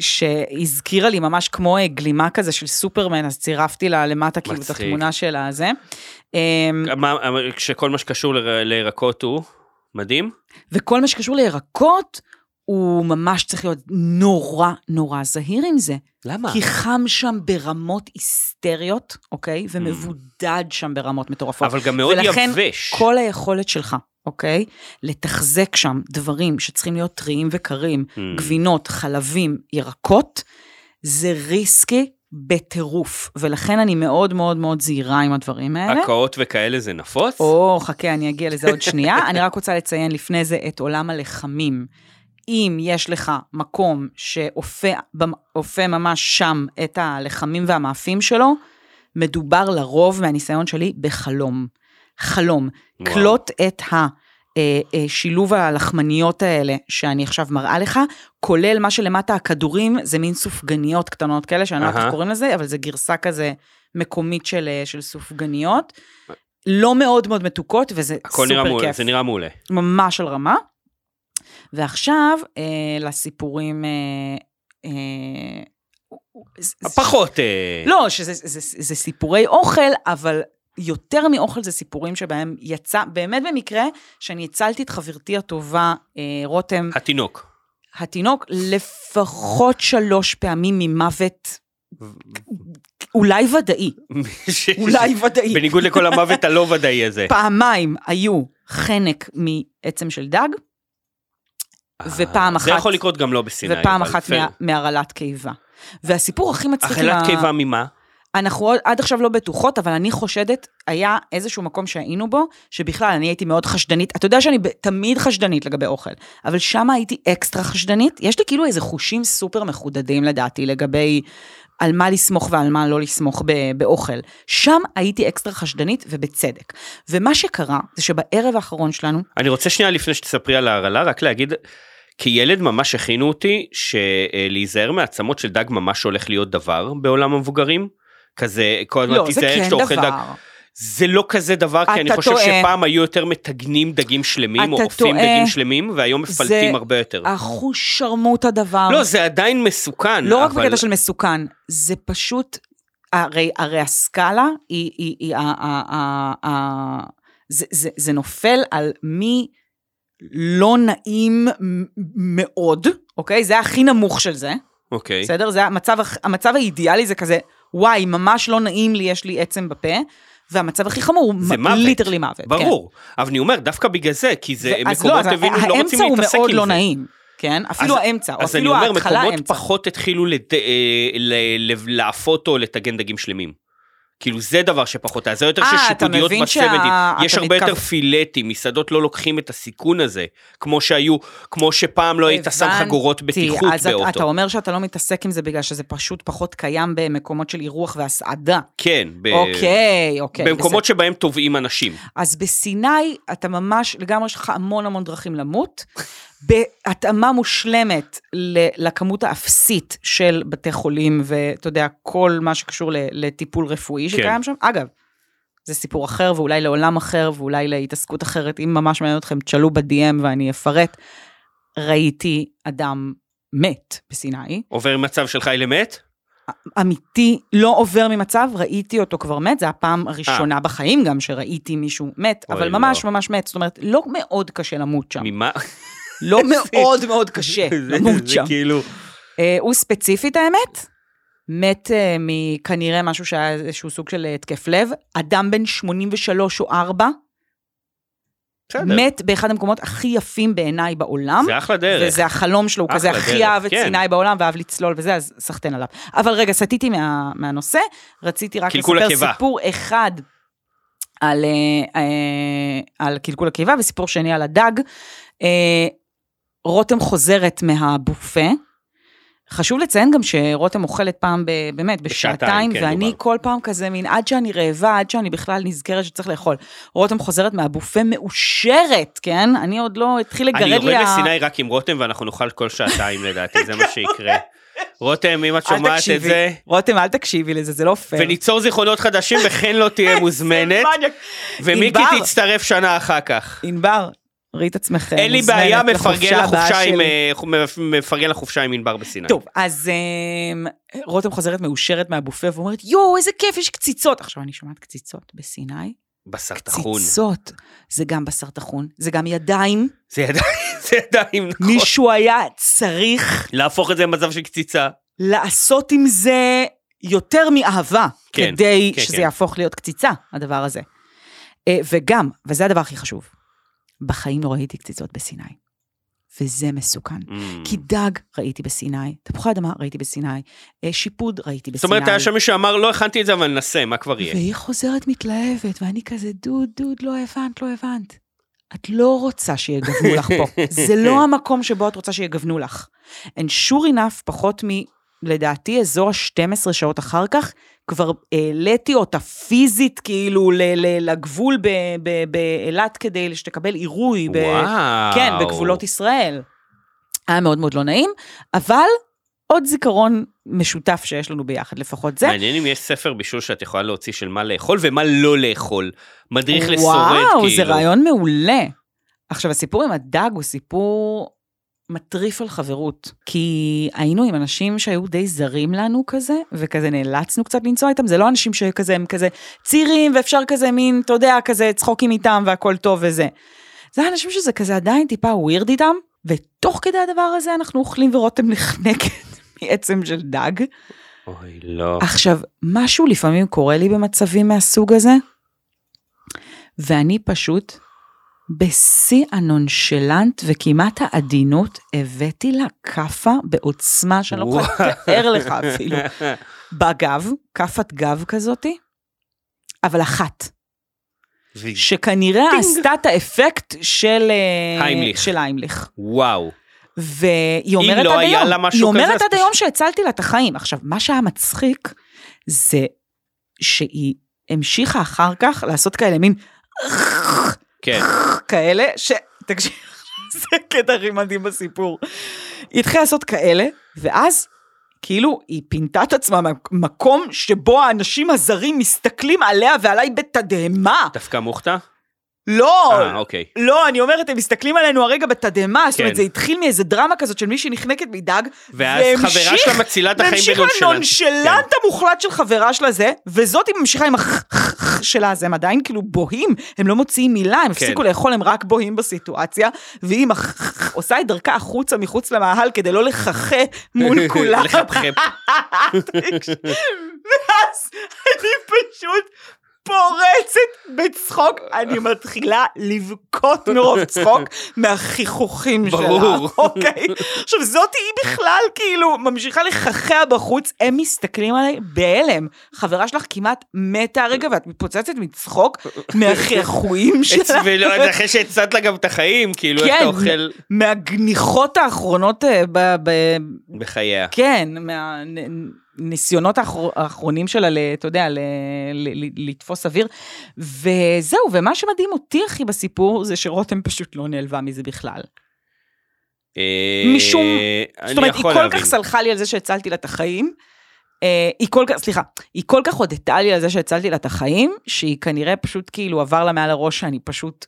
C: שהזכירה לי ממש כמו אה, גלימה כזה של סופרמן, אז צירפתי לה למטה כאילו את
B: מצחיק.
C: התמונה אמ, של הזה.
B: מה- מה- כשכל מה שקשור לר- לירקות הוא מדהים?
C: וכל מה שקשור לירקות, הוא ממש צריך להיות נורא נורא זהיר עם זה.
B: למה?
C: כי חם שם ברמות היסטריות, אוקיי? ומבודד שם ברמות מטורפות.
B: Mm. אבל גם מאוד
C: ולכן
B: יבש.
C: כל היכולת שלך, אוקיי? לתחזק שם דברים שצריכים להיות טריים וקרים,
B: Mm.
C: גבינות, חלבים, ירקות, זה ריסקי בטירוף. ולכן אני מאוד מאוד מאוד זהירה עם הדברים האלה.
B: הקאות וכאלה זה נפוץ?
C: או, חכה, אני אגיע לזה עוד שנייה. אני רק רוצה לציין לפני זה את עולם הלחמים. אם יש לך מקום שאופה במ- אופה ממש שם את הלחמים והמאפים שלו, מדובר לרוב, מהניסיון שלי, בחלום. חלום.
B: וואו.
C: קלוט את ה... אה, אה, שילוב הלחמניות האלה שאני עכשיו מראה לך, כולל מה שלמטה הכדורים, זה מין סופגניות קטנות כאלה, שאני לא יודעת
B: אהה.
C: איך קוראים לזה, אבל זה גרסה כזה מקומית של, אה, של סופגניות. לא מאוד מאוד מתוקות, וזה
B: הכל נראה
C: סופר
B: מעולה,
C: כיף.
B: זה נראה מעולה.
C: ממש על רמה. ועכשיו אה, לסיפורים... אה, אה, זה-
B: פחות... אה,
C: לא, שזה זה, זה, זה סיפורי אוכל, אבל יותר מאוכל זה סיפורים שבהם יצא, באמת במקרה, שאני הצלתי את חברתי הטובה, אה, רותם,
B: התינוק. <laughs>
C: התינוק, לפחות שלוש פעמים ממוות, אולי ודאי, אולי ודאי.
B: בניגוד לכל המוות הלא ודאי הזה.
C: <laughs> פעמיים היו חנק מעצם של דג,
B: זה
C: ופעם אחת-
B: יכול לקרות גם לא בסיני.
C: ופעם
B: אבל
C: אחת
B: פייר.
C: מה- מהרעלת קיבה. והסיפור הכי מצחיק... עם
B: אכילת
C: ה-
B: קיבה ממה?
C: אנחנו עוד- עד עכשיו לא בטוחות, אבל אני חושדת, היה איזשהו מקום שהיינו בו, שבכלל אני הייתי מאוד חשדנית. אתה יודע שאני ב- תמיד חשדנית לגבי אוכל, אבל שם הייתי אקסטרה חשדנית. יש לי כאילו איזה חושים סופר מחודדים לדעתי לגבי על מה לסמוך ועל מה לא לסמוך ב- באוכל. שם הייתי אקסטרה חשדנית ובצדק. ומה שקרה, זה שבערב האחרון שלנו,
B: אני רוצה שנייה לפני שתספרי על ההרעלה, רק להגיד, כילד ממש הכינו אותי שלהיזהר מעצמות של דג ממש הולך להיות דבר בעולם המבוגרים. כזה, כל הזמן
C: לא, זה
B: תיזהר
C: כן
B: כשאתה אוכל דג.
C: דבר.
B: זה לא כזה דבר, כי אני
C: אתה
B: חושב
C: טועה.
B: שפעם היו יותר מטגנים דגים שלמים, או
C: אתה
B: עופים
C: טועה.
B: דגים שלמים, והיום מפלטים
C: זה-
B: הרבה יותר.
C: אחושרמות הדבר.
B: לא, זה עדיין מסוכן.
C: לא רק
B: אבל-
C: בקטע של מסוכן, זה פשוט, הרי, הרי הסקאלה היא, היא, היא, ה- ה- ה- ה- זה, זה, זה נופל על מי לא נעים מ- מאוד, אוקיי? זה הכי נמוך של זה,
B: אוקיי.
C: בסדר? זה המצב, הכ- המצב האידיאלי זה כזה, וואי, ממש לא נעים לי, יש לי עצם בפה, והמצב הכי חמור הוא
B: זה
C: מ-
B: מוות.
C: ליטרלי מוות. כן.
B: ברור. אבל אני אומר, דווקא בגלל זה, כי זה
C: ו- אז
B: מקומות
C: אז
B: הבינו לא רוצים להתעסק עם זה.
C: האמצע הוא מאוד לא נעים, כן? אפילו האמצע, או
B: אז אני
C: אפילו
B: אומר,
C: ההתחלה
B: מקומות
C: האמצע.
B: פחות התחילו לד- אה, ל- ל- לעפות או לטגן דגים שלמים. כאילו זה דבר שפחות היה, זה יותר
C: אה, אתה
B: ששיפודיות
C: מבין שה-
B: בסבנטים,
C: אתה
B: יש הרבה
C: מתכו-
B: יותר פילטים, מסעדות לא לוקחים את הסיכון הזה, כמו שהיו, כמו שפעם לא היית שם
C: הבנתי.
B: חגורות בטיחות
C: אז אתה, אתה
B: באוטו.
C: אומר שאתה לא מתעסק עם זה בגלל שזה פשוט פחות קיים במקומות של אירוח והסעדה.
B: כן, ב-
C: אוקיי, אוקיי.
B: במקומות
C: בסדר.
B: שבהם טובעים אנשים.
C: אז בסיני אתה ממש, לגמרי יש לך המון המון דרכים למות, בהתאמה מושלמת ל- לכמות האפסית של בתי חולים, ואתה יודע, כל מה שקשור ל- לטיפול רפואי שקיים שם. אגב, זה סיפור אחר, ואולי לעולם אחר, ואולי להתעסקות אחרת. אם ממש מעניין אתכם, תשאלו ב-DM ואני אפרט. ראיתי אדם מת בסיני,
B: עובר מצב של חי למת?
C: אמיתי לא עובר ממצב, ראיתי אותו כבר מת, זו הפעם הראשונה בחיים גם שראיתי מישהו מת,
B: אה. אוי,
C: אבל
B: לא.
C: ממש ממש מת, זאת אומרת, לא מאוד קשה למות שם.
B: ממה? <laughs>
C: לא מאוד מאוד קשה
B: זה-
C: למות
B: זה
C: כן, שם.
B: כאילו...
C: אה, הוא ספציפית האמת, מת אה, מכנראה משהו שהיה איזשהו סוג של אה, התקף לב, אדם בן 83 או 4,
B: בסדר.
C: מת באחד המקומות הכי יפים בעיניי בעולם.
B: זה אחלה דרך.
C: וזה החלום שלו, הוא
B: אחלה
C: כזה
B: דרך,
C: הכי אהב את
B: כן.
C: סיני בעולם ואהב לצלול וזה, אז סחטיין עליו. אבל רגע, סטיתי מה- מהנושא, רציתי רק
B: קלקול
C: לספר
B: הקיבה.
C: סיפור אחד על, אה, אה, על קלקול הקיבה וסיפור שני על הדג. אה, רותם חוזרת מהבופה. חשוב לציין גם שרותם אוכלת פעם, ב, באמת,
B: בשעתיים,
C: בשעתיים,
B: כן,
C: ואני
B: דובר.
C: כל פעם כזה מין, עד שאני רעבה, עד שאני בכלל נזכרת שצריך לאכול. רותם חוזרת מהבופה מאושרת, כן? אני עוד לא, התחיל לגרד
B: אני
C: לי...
B: יורד
C: ה-
B: לסיני רק עם רותם ואנחנו נאכל כל שעתיים לדעתי,
C: <laughs>
B: זה מה שיקרה. רותם, אם את
C: אל
B: שומעת את
C: תקשיבי.
B: זה,
C: רותם, אל תקשיבי לזה, זה לא פייר.
B: וניצור זיכרונות חדשים וכן לא
C: <laughs>
B: תהיה מוזמנת,
C: מניאק.
B: ומיקי
C: ענבר.
B: תצטרף שנה אחר כך.
C: ענבר, ראי את עצמך.
B: אין לי
C: מוזמנת
B: בעיה,
C: לחופשה
B: מפרגן
C: הבאה
B: לחופשה עם,
C: שלי.
B: אה, חו- מפרגן לחופשה עם ענבר בסיני.
C: טוב, אז אמ, רותם חוזרת מאושרת מהבופה ואומרת, יואו, איזה כיף, יש קציצות. עכשיו, אני שומעת קציצות בסיני.
B: בשר טחון.
C: קציצות. זה גם בשר טחון, זה גם ידיים.
B: זה ידיים, <laughs> זה ידיים, נכון.
C: מישהו היה צריך
B: להפוך את זה למצב של קציצה.
C: לעשות עם זה יותר מאהבה,
B: כן,
C: כדי
B: כן,
C: שזה
B: כן.
C: יהפוך להיות קציצה, הדבר הזה. אה, וגם, וזה הדבר הכי חשוב, בחיים לא ראיתי קציצות בסיני, וזה מסוכן.
B: Mm.
C: כי דג ראיתי בסיני, תפוחי אדמה ראיתי בסיני, אה, שיפוד ראיתי בסיני.
B: זאת אומרת, היה שם מישהו שאמר, לא הכנתי את זה, אבל ננסה, מה כבר יהיה?
C: והיא חוזרת מתלהבת, ואני כזה, דוד, דוד, לא הבנת, לא הבנת. את לא רוצה שיגוונו לך פה. זה לא המקום שבו את רוצה שיגוונו לך. And sure enough, פחות מ... לדעתי, אזור ה-12 שעות אחר כך, כבר העליתי אותה פיזית, כאילו, ל- ל- לגבול ב- ב- באילת כדי שתקבל עירוי. ב-
B: וואו.
C: כן, בגבולות ישראל. היה מאוד מאוד לא נעים, אבל עוד זיכרון משותף שיש לנו ביחד, לפחות זה.
B: מעניין אם יש ספר בישול שאת יכולה להוציא של מה לאכול ומה לא לאכול. מדריך לשורד, כאילו.
C: וואו, זה רעיון מעולה. עכשיו, הסיפור עם הדג הוא סיפור מטריף על חברות. כי היינו עם אנשים שהיו די זרים לנו כזה, וכזה נאלצנו קצת לנסוע איתם, זה לא אנשים שכזה, הם כזה צעירים, ואפשר כזה מין, אתה יודע, כזה צחוקים איתם והכל טוב וזה. זה האנשים שזה כזה עדיין טיפה ווירד איתם, ותוך כדי הדבר הזה אנחנו אוכלים ורותם נחנקת <laughs> מעצם של דג.
B: אוי, לא.
C: עכשיו, משהו לפעמים קורה לי במצבים מהסוג הזה, ואני פשוט, בשיא הנונשלנט וכמעט
B: <laughs>
C: העדינות, הבאתי לה כאפה בעוצמה שאני לא יכולה לתאר לך אפילו. בגב, כאפת גב כזאתי, אבל אחת,
A: והיא-
C: שכנראה עשתה את האפקט של אה,
B: היימליך.
C: של היימליך.
B: וואו.
C: והיא אומרת
B: לא
C: עד
B: היה
C: היום,
B: לה משהו
C: היא אומרת
B: כזה, אז
C: עד
B: פשוט-
C: היום שהצלתי לה את החיים. עכשיו, מה שהיה מצחיק, זה שהיא המשיכה אחר כך לעשות כאלה מין
B: כן.
C: כאלה, ש... תקשיב, <laughs> זה קטע הכי מדהים בסיפור. היא התחילה לעשות כאלה, ואז כאילו היא פינתה את עצמה מקום שבו האנשים הזרים מסתכלים עליה ועליי בתדהמה.
B: דווקא מוכתה?
C: לא,
B: אה, אוקיי.
C: לא, אני אומרת, הם מסתכלים עלינו הרגע בתדהמה, זאת
B: כן.
C: אומרת, זה התחיל מאיזה דרמה כזאת של מישהי נחנקת מדג,
B: ואז חברה שלה מצילה את החיים כן.
C: והמשיך
B: בנונשלנט.
C: לנונשלנט המוחלט של חברה שלה זה, וזאת היא ממשיכה עם החחח שלה, אז הם עדיין כאילו בוהים, הם לא מוציאים מילה,
B: כן.
C: הם הפסיקו לאכול, הם רק בוהים בסיטואציה, והיא עם החחח עושה את דרכה החוצה מחוץ למאהל כדי לא לחכה
B: <laughs>
C: מול כולם. <laughs>
B: לחפחפ.
C: ואז אני פשוט פורצת בצחוק, אני מתחילה לבכות מרוב צחוק מהחיכוכים שלה.
B: ברור.
C: אוקיי? עכשיו, זאת היא בכלל, כאילו, ממשיכה לחכע בחוץ, הם מסתכלים עליי בהלם. חברה שלך כמעט מתה הרגע, ואת מתפוצצת מצחוק מהחכויים שלה.
B: ולא, אז אחרי שהצעת לה גם את החיים, כאילו איך
C: כן,
B: אתה אוכל
C: מהגניחות האחרונות אה, ב... ב-
B: בחייה.
C: כן, מהניסיונות האחרונים שלה, ל- אתה יודע, ל- ל- ל- לתפוס אוויר. וזהו, ומה שמדהים אותי הכי בסיפור, זה שרותם פשוט לא נעלבה מזה בכלל.
B: אה,
C: משום-
B: אני
C: זאת אומרת, היא
B: יכול
C: כל
B: להבין.
C: כך סלחה לי על זה שהצלתי לה את החיים. אה, היא כל כך, סליחה, היא כל כך הודתה לי על זה שהצלתי לה את החיים, שהיא כנראה פשוט כאילו עבר לה מעל הראש שאני פשוט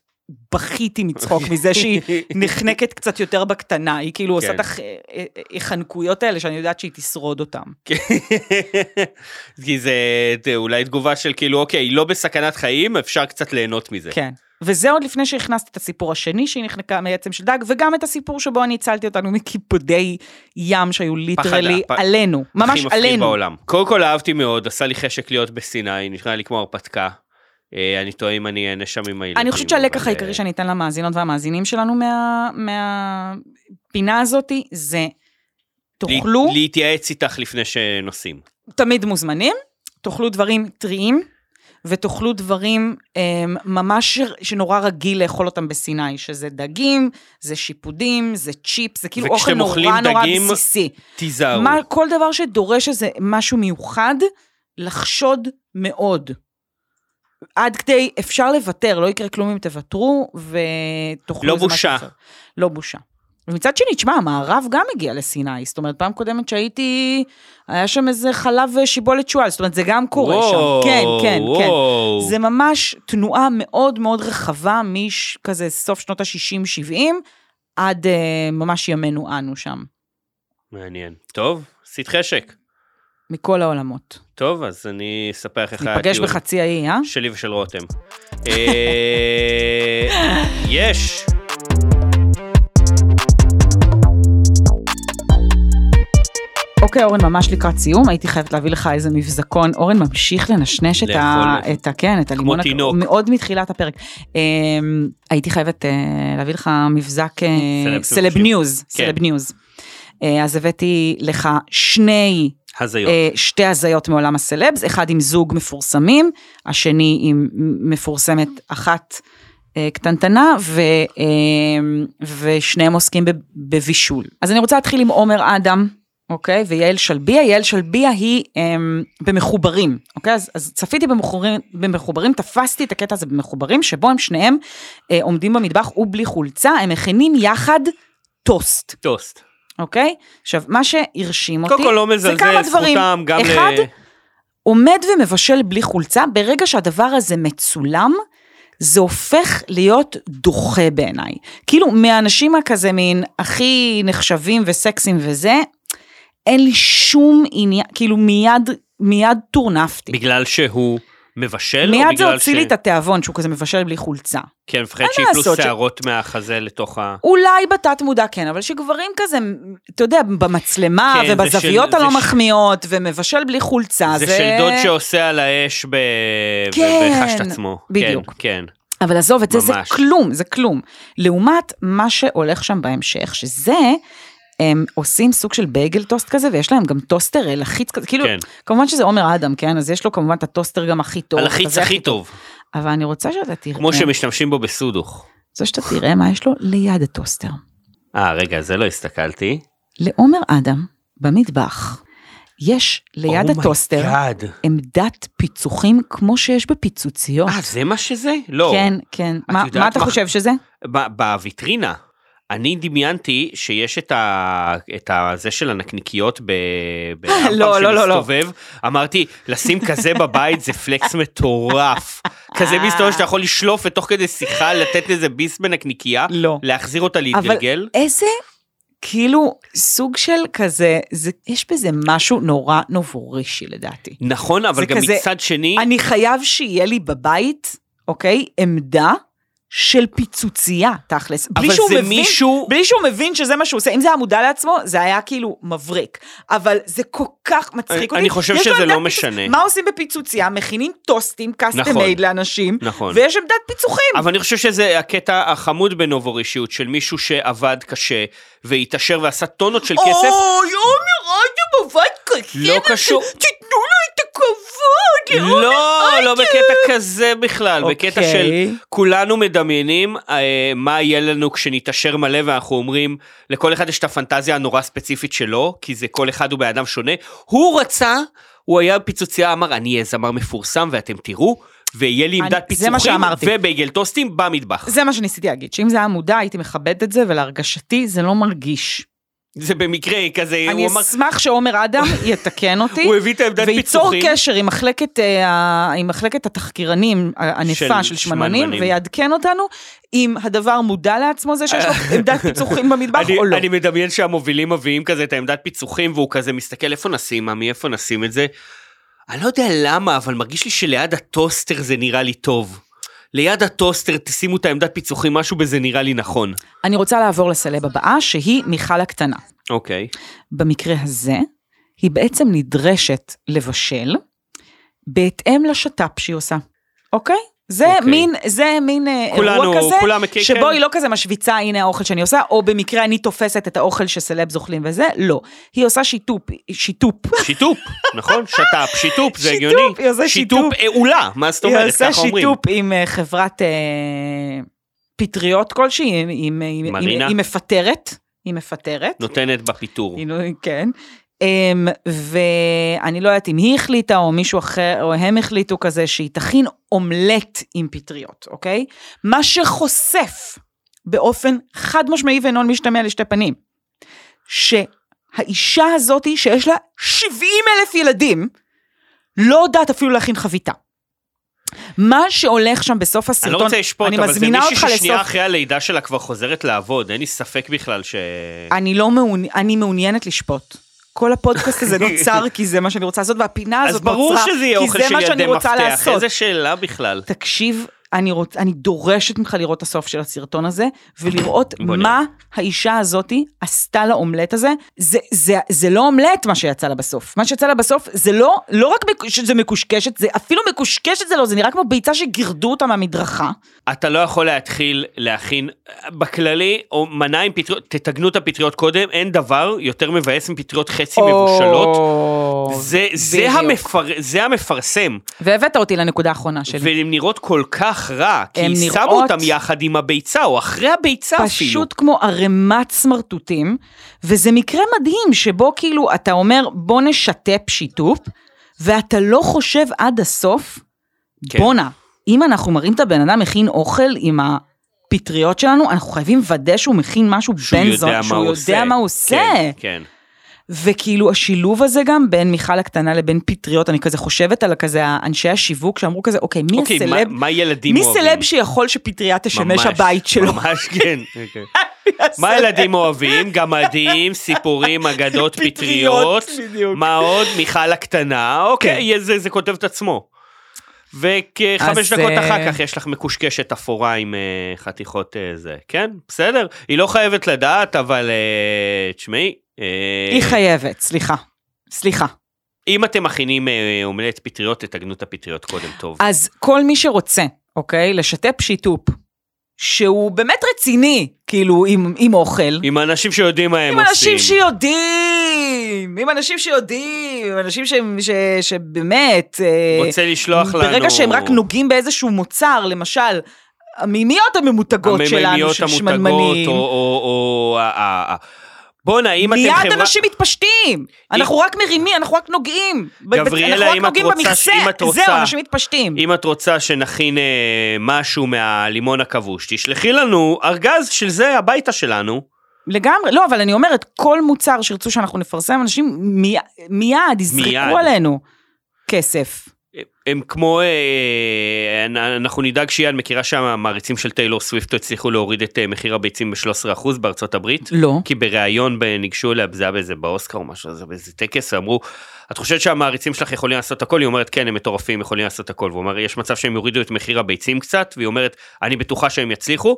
C: בכיתי מצחוק
B: <laughs>
C: מזה שהיא נחנקת קצת יותר בקטנה, היא כאילו עושה
B: כן.
C: את אה, החנקויות האלה שאני יודעת שהיא תשרוד אותן.
B: כי זה זה אולי תגובה של כאילו, אוקיי, היא לא בסכנת חיים, אפשר קצת ליהנות מזה.
C: כן. וזה עוד לפני שהכנסתי את הסיפור השני שהיא נחנקה מעצם של דג, וגם את הסיפור שבו אני הצלתי אותנו מקיפודי ים שהיו ליטרלי
B: הפ-
C: עלינו, ממש
B: הכי מפחיד
C: עלינו.
B: בעולם. קודם כל אהבתי מאוד, עשה לי חשק להיות בסיני, נשמע לי כמו הרפתקה. אה, אני תוהה אם אני אענה שם עם הילדים.
C: אני חושבת שהלקח
B: אבל,
C: העיקרי
B: אה,
C: שאני אתן למאזינות והמאזינים שלנו מה- מהפינה הזאתי, זה תאכלו,
B: לה- להתייעץ איתך לפני שנוסעים.
C: תמיד מוזמנים, תאכלו דברים טריים, ותאכלו דברים אמ, ממש ש- שנורא רגיל לאכול אותם בסיני, שזה דגים, זה שיפודים, זה צ'יפס, זה כאילו אוכל
B: וכשאתם אוכלים
C: נורא נורא
B: דגים,
C: בסיסי.
B: תיזהרו.
C: מה, כל דבר שדורש איזה משהו מיוחד, לחשוד מאוד. עד כדי, אפשר לוותר, לא יקרה כלום אם תוותרו ותאכלו
B: לא
C: איזה משהו
B: בושה.
C: אחר. לא בושה. ומצד שני, תשמע, המערב גם הגיע לסיני, זאת אומרת, פעם קודמת שהייתי, היה שם איזה חלב שיבולת שועל, זאת אומרת, זה גם קורה
B: וואו,
C: שם. כן, כן, כן.
B: וואו.
C: זה ממש תנועה מאוד מאוד רחבה מכזה סוף שנות ה-60-70 עד אה, ממש ימינו אנו שם,
B: מעניין. טוב, עשית חשק.
C: מכל העולמות.
B: טוב, אז אני אספר לך איך היה
C: ניפגש
B: הטיול
C: בחצי האי, אה?
B: שלי ושל רותם. אה, <laughs> יש.
C: אוקיי, אורן, ממש לקראת סיום, הייתי חייבת להביא לך איזה מבזקון. אורן ממשיך לנשנש את ה...
B: לאכול.
C: את ה... כן, את הלימון. הכ-
B: תינוק.
C: מאוד מתחילת הפרק. אמ, הייתי חייבת אה, להביא לך מבזק אה,
B: סלב
C: סלב
B: סיום.
C: ניוז.
B: כן.
C: סלב ניוז. אה, אז הבאתי לך שני,
B: הזיות.
C: אה, שתי הזיות מעולם הסלבס, אחד עם זוג מפורסמים, השני עם מפורסמת אחת אה, קטנטנה, ו, אה, ושניהם עוסקים ב- בבישול. אז אני רוצה להתחיל עם עומר אדם. אוקיי, ויעל שלביה, יעל שלביה היא אמ, במחוברים, אוקיי? אז, אז צפיתי במחוברים, במחוברים, תפסתי את הקטע הזה במחוברים, שבו הם שניהם אה, עומדים במטבח ובלי חולצה, הם מכינים יחד טוסט,
B: טוסט.
C: אוקיי? עכשיו, מה שהרשים אותי,
B: קודם כל לא
C: זה כמה
B: מזלזל,
C: דברים.
B: זכותם גם אה,
C: אחד,
B: ל...
C: עומד ומבשל בלי חולצה, ברגע שהדבר הזה מצולם, זה הופך להיות דוחה בעיניי. כאילו, מהאנשים הכזה מין הכי נחשבים וסקסים וזה, אין לי שום עניין, כאילו מיד, מיד טורנפתי.
B: בגלל שהוא מבשל? או
C: מיד זה
B: בגלל
C: הוציא
B: ש-
C: לי את התיאבון שהוא כזה מבשל בלי חולצה.
B: כי אני מפחד
C: אין מה
B: שיפלו
C: לעשות ש-
B: שערות מהחזה לתוך ה...
C: אולי בתת מודע כן, אבל שגברים כזה, אתה יודע, במצלמה
B: כן, זה
C: ובזוויות
B: של- זה
C: הלא
B: ש-
C: מחמיאות ומבשל בלי חולצה,
B: זה של דוד שעושה על האש ב... ב-
C: כן,
B: בחש את עצמו.
C: בדיוק.
B: כן, כן.
C: אבל עזוב, את זה זה
B: ממש.
C: כלום, זה כלום. לעומת מה שהולך שם בהמשך, שזה הם עושים סוג של בייגל טוסט כזה, ויש להם גם טוסטר אה, לחיץ כזה, כאילו,
B: כן.
C: כמובן שזה עומר אדם, כן? אז יש לו כמובן את הטוסטר גם הכי טוב. כן.
B: הלחיץ
C: כזה
B: הכי טוב,
C: אבל אני רוצה שאתה תראה,
B: כמו שמשתמשים בו בסודוך.
C: זה שאתה תראה מה יש לו ליד הטוסטר.
B: אה, רגע, זה לא הסתכלתי.
C: לעומר אדם, במטבח, יש ליד
B: Oh my
C: הטוסטר
B: God.
C: עמדת פיצוחים כמו שיש בפיצוציות.
B: אה, זה מה שזה? לא.
C: כן, כן. מה-
B: יודעת
C: מה אתה
B: מה-
C: חושב שזה?
B: ב- בוויטרינה. אני דמיינתי שיש את ה... את ה... זה של
C: <laughs>
B: הנקניקיות ב... בהמפם
C: לא, לא, לא, לא.
B: שמסתובב. אמרתי, לשים כזה בבית זה פלקס מטורף. כזה
C: אה.
B: מסתובב שאתה יכול לשלוף ותוך כדי שיחה לתת לזה ביס בנקניקייה,
C: לא.
B: להחזיר אותה להתגלגל.
C: אבל איזה כאילו סוג של כזה, זה, יש בזה משהו נורא נובורישי לדעתי.
B: נכון, אבל
C: זה
B: גם
C: כזה-
B: מצד שני,
C: אני חייב שיהיה לי בבית, אוקיי, עמדה של פיצוצייה, תכלס. בלי
B: אבל
C: שהוא
B: זה
C: מבין,
B: מישהו-
C: בלי שהוא מבין שזה מה שהוא עושה. אם זה היה מודע לעצמו, זה היה כאילו מבריק. אבל זה כל כך
B: אני-
C: מצחיק אותי.
B: אני חושב
C: יש לו
B: שזה
C: עמדת
B: לא
C: פיצוץ-
B: משנה.
C: מה עושים בפיצוצייה? מכינים טוסטים, קאסטם
B: נכון.
C: מייד לאנשים,
B: נכון.
C: ויש עמדת פיצוחים.
B: אבל אני חושב שזה הקטע החמוד בנובורישיות של מישהו שעבד קשה והתעשר ועשה טונות של כסף.
C: אוי, עומר אדם עבד קשה.
B: לא קשור.
C: תיתנו לו את הכבוד.
B: לא, לא בקטע כזה בכלל, בקטע
C: אוקיי.
B: של כולנו מדמיינים אה, מה יהיה לנו כשנתעשר מלא ואנחנו אומרים, לכל אחד יש את הפנטזיה הנורא ספציפית שלו, כי זה כל אחד הוא בן אדם שונה. הוא רצה, הוא היה בפיצוצייה, אמר, אני אהיה זמר מפורסם ואתם תראו, ויהיה לי
C: אני-
B: עמדת
C: זה מה
B: פיצוחים
C: שאמרתי.
B: ובייגל טוסטים במטבח.
C: זה מה שניסיתי להגיד, שאם זה היה מודע הייתי מכבדת את זה, ולהרגשתי זה לא מרגיש.
B: זה במקרה כזה,
C: אני
B: הוא אמר,
C: אשמח
B: <laughs>
C: שעומר אדם יתקן אותי,
B: הוא הביא את העמדת
C: וייצור
B: פיצוחים.
C: קשר עם מחלקת, אה, ה- עם מחלקת התחקירנים ה-
B: של
C: ענפה של שמנמנים,
B: שמנמנים.
C: ויעדכן אותנו אם הדבר מודע לעצמו זה
B: <laughs>
C: שיש לו עמדת פיצוחים במטבח
B: אני,
C: או לא.
B: אני מדמיין שהמובילים מביאים כזה את העמדת פיצוחים והוא כזה מסתכל איפה נשים מה מאיפה נשים את זה. אני לא יודע למה אבל מרגיש לי שליד הטוסטר זה נראה לי טוב. ליד הטוסטר תשימו את העמדת פיצוחים משהו בזה נראה לי נכון.
C: אני רוצה לעבור לסלב הבאה, שהיא מיכל הקטנה.
B: אוקיי.
C: במקרה הזה, היא בעצם נדרשת לבשל בהתאם לשת"פ שהיא עושה, אוקיי? זה
B: אוקיי.
C: אוקיי. מין, זה מין אה,
B: כולנו-
C: אירוע כזה,
B: כולם מכירים,
C: שבו
B: כן.
C: היא לא כזה משוויצה, הנה האוכל שאני עושה, או במקרה אני תופסת את האוכל שסלבס אוכלים וזה, לא. היא עושה שיתוף, שיתוף.
B: שיתוף <laughs> נכון שת"פ שיתוף זה
C: <laughs> שיתוף,
B: הגיוני.
C: היא עושה שיתוף.
B: עולה מה זאת
C: היא
B: אומרת
C: עושה
B: ככה אומרים.
C: שיתוף עם אה, חברת אה, פטריות כלשהי, היא- היא- היא- היא
B: מרינה.
C: היא מפטרת, היא מפטרת.
B: נותנת בפיטור.
C: עינוי, כן. אמ, ואני לא יודעת אם היא החליטה או מישהו אחר, או הם החליטו כזה, שהיא תכין אומלט עם פטריות, אוקיי? מה שחושף באופן חד משמעי ואינו משתמע לשתי פנים, שהאישה הזאתי שיש לה 70 אלף ילדים, לא יודעת אפילו להכין חביתה. מה שהולך שם בסוף הסרטון,
B: אני לא רוצה לשפוט
C: אני
B: אבל זה
C: מזמינה
B: מישהי
C: אותך
B: ששנייה
C: לסוף-
B: אחרי הלידה שלה כבר חוזרת לעבוד אין לי ספק בכלל ש...
C: אני לא מעוני... אני מעוניינת לשפוט. כל הפודקאסט הזה
B: <laughs>
C: נוצר כי זה מה שאני רוצה לעשות, והפינה
B: אז
C: הזאת
B: ברור
C: נוצרה
B: שזה יהיה
C: כי
B: אוכל
C: זה
B: של
C: מה שאני
B: ילדי
C: רוצה
B: מפתח,
C: לעשות.
B: איזה שאלה בכלל.
C: תקשיב, אני, רוצ... אני דורשת ממך לראות את הסוף של הסרטון הזה, ולראות
B: בוא נראה.
C: מה האישה הזאתי עשתה לאומלט הזה. זה, זה, זה לא אומלט מה שיצא לה בסוף. מה שיצא לה בסוף זה לא, לא רק מקו- שזה מקושקשת, זה אפילו מקושקשת זה לא, זה נראה כמו ביצה שגירדו אותה מהמדרכה.
B: אתה לא יכול להתחיל להכין, בכללי, או מנה עם פטריות, תתגנו את הפטריות קודם, אין דבר יותר מבאס מפטריות חצי מבושלות. זה, זה,
C: בדיוק.
B: המפר, זה המפרסם,
C: והבאת אותי לנקודה האחרונה שלי.
B: והן נראות כל כך רע, כי
C: הן
B: שמו
C: נראות-
B: אותם יחד עם הביצה, או אחרי הביצה אפילו.
C: פשוט כמו ערימת סמרטוטים, וזה מקרה מדהים שבו כאילו אתה אומר בוא נשתף שיתוף, ואתה לא חושב עד הסוף,
B: כן.
C: כן. בואנה, אם אנחנו מראים את הבן אדם מכין אוכל עם הפטריות שלנו, אנחנו חייבים לוודא שהוא מכין משהו
B: שהוא
C: בן
B: יודע
C: זון,
B: מה
C: שהוא
B: הוא
C: יודע
B: עושה.
C: מה הוא עושה.
B: כן, כן.
C: וכאילו השילוב הזה גם בין מיכל הקטנה לבין פטריות, אני כזה חושבת על כזה אנשי השיווק שאמרו כזה, אוקיי, מי
B: אוקיי,
C: הסלב,
B: מה, מה ילדים
C: מי
B: אוהבים?
C: סלב שיכול שפטריה תשמש
B: ממש,
C: הבית שלו?
B: ממש כן.
C: <laughs>
B: אוקיי. מה
C: הסלב.
B: ילדים אוהבים? גמדים, סיפורים, אגדות, פטריות.
C: פטריות, בדיוק.
B: מה עוד? מיכל הקטנה, אוקיי, יהיה זה, זה כותב את עצמו. וכחמש
C: אז,
B: דקות
C: אה,
B: אחר כך יש לך מקושקשת אפורה עם אה, חתיכות אה, זה. כן, בסדר. היא לא חייבת לדעת, אבל אה, תשמעי, אה,
C: היא חייבת, סליחה. סליחה.
B: אם אתם מכינים אה, אומלט
C: אה,
B: פטריות, תתגנו את הפטריות קודם טוב.
C: אז כל מי שרוצה, אוקיי, לשתף שיתוף שהוא באמת רציני, כאילו, עם, עם אוכל.
B: עם אנשים שיודעים מה הם
C: עם
B: עושים.
C: אנשים שיודעים, עם אנשים שיודעים, עם אנשים שהם- ש, שבאמת... אה,
B: רוצה לשלוח לנו...
C: ברגע שהם רק נוגעים באיזשהו מוצר, למשל, המימיות הממותגות שלנו,
B: הממימיות
C: של
B: המותגות,
C: שמנמנים,
B: או... או- או- ה- ה- ה- בואנה, אם אתם
C: מיד
B: חברה...
C: אנשים מתפשטים, אנחנו רק מרימים, אנחנו רק נוגעים, ב- ב-
B: גבריאלה,
C: אנחנו רק
B: אם את
C: נוגעים
B: רוצה-
C: במכסה,
B: אם את רוצה-
C: זהו, אנשים מתפשטים.
B: אם את רוצה שנכין אה, משהו מהלימון הכבוש, תשלחי לנו ארגז של זה הביתה שלנו.
C: לגמרי, לא, אבל אני אומרת, כל מוצר שירצו שאנחנו נפרסם, אנשים מי- מיד
B: מיד.
C: יזרקו עלינו כסף.
B: הם כמו, אה, אנ- אנחנו נדאג שיד מכירה שהמעריצים של טיילור סוויפט הצליחו להוריד את אה, מחיר הביצים ב-13% בארצות הברית.
C: לא.
B: כי בריאיון ב- ניגשו אליה, זה היה באיזה באוסקר או משהו, זה באיזה טקס, ואמרו, את חושבת שהמעריצים שלך יכולים לעשות הכל? היא אומרת, כן, הם מטורפים, יכולים לעשות הכל. והוא אומר, יש מצב שהם יורידו את מחיר הביצים קצת, והיא אומרת, אני בטוחה שהם יצליחו.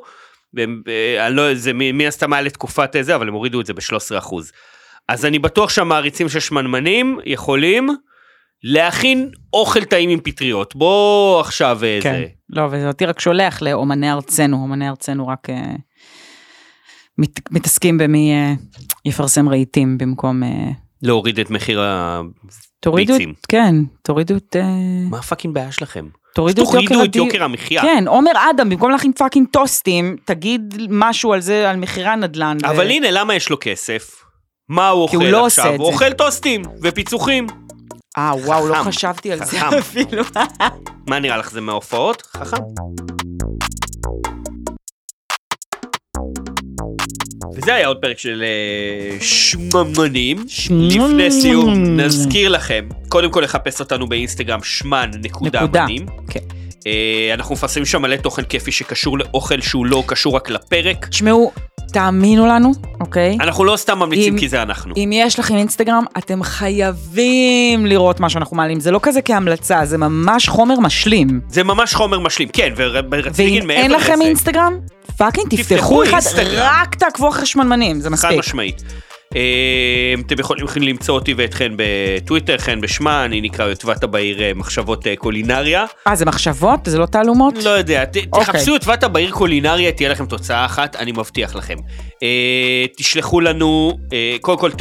B: והם, אה, אני לא, זה מ- מן הסתם היה לתקופת אה, זה, אבל הם הורידו את זה ב-13%. אז אני בטוח שהמעריצים של שמנמנים יכולים להכין אוכל טעים עם פטריות. בוא עכשיו אה,
C: כן.
B: זה.
C: לא, ואותי רק שולח לאומני ארצנו, אומני ארצנו רק אה, מת, מתעסקים במי אה, יפרסם רהיטים במקום... אה,
B: להוריד את מחיר ה...
C: תורידו, את-
B: ביצים.
C: כן, תורידו את... אה,
B: מה הפאקינג בעיה שלכם?
C: תורידו
B: תורידו את
C: הדיור.
B: יוקר המחיה.
C: כן, עומר אדם, במקום להכין פאקינג טוסטים, תגיד משהו על זה, על מחירי הנדלן. ו-
B: אבל הנה, למה יש לו כסף? מה הוא
C: כי הוא
B: אוכל
C: לא עושה
B: עכשיו?
C: את
B: הוא
C: זה.
B: אוכל טוסטים ופיצוחים.
C: אה, וואו, לא
B: חכם,
C: חשבתי על זה
B: חכם.
C: אפילו.
B: מה נראה לך, זה מההופעות? חכם. וזה היה עוד פרק של אה, שממנים. לפני סיום, נזכיר לכם, קודם כל לחפש אותנו באינסטגרם שמן נקודה
C: נקודה.
B: מנים.
C: כן.
B: אה, אנחנו מפרסמים שם מלא תוכן כיפי שקשור לאוכל שהוא לא קשור רק לפרק.
C: תשמעו, תאמינו לנו, אוקיי?
B: אנחנו לא סתם ממליצים
C: אם-
B: כי זה אנחנו.
C: אם יש לכם אינסטגרם, אתם חייבים לראות מה שאנחנו מעלים. זה לא כזה כהמלצה, זה ממש חומר משלים.
B: זה ממש חומר משלים, כן, ורציתי להגיד
C: ואם
B: מעבר לזה.
C: אין לכם אינסטגרם, פאקינג
B: תפתחו
C: תפתחו אחד,
B: אינסטגרם.
C: רק תעקבו אחרי שמנמנים, זה
B: חד
C: מספיק.
B: משמעית. אה, אתם יכולים למצוא אותי ואת חן בטוויטר, חן בשמה, אני נקרא יוטבת הבעיר אה, מחשבות אה, קולינריה.
C: אה, זה מחשבות? זה לא תעלומות?
B: לא יודע, ת,
C: אוקיי.
B: תחפשו יוטבת הבעיר קולינריה, תהיה לכם תוצאה אחת, אני מבטיח לכם. אה, תשלחו לנו, אה, קודם כל ת,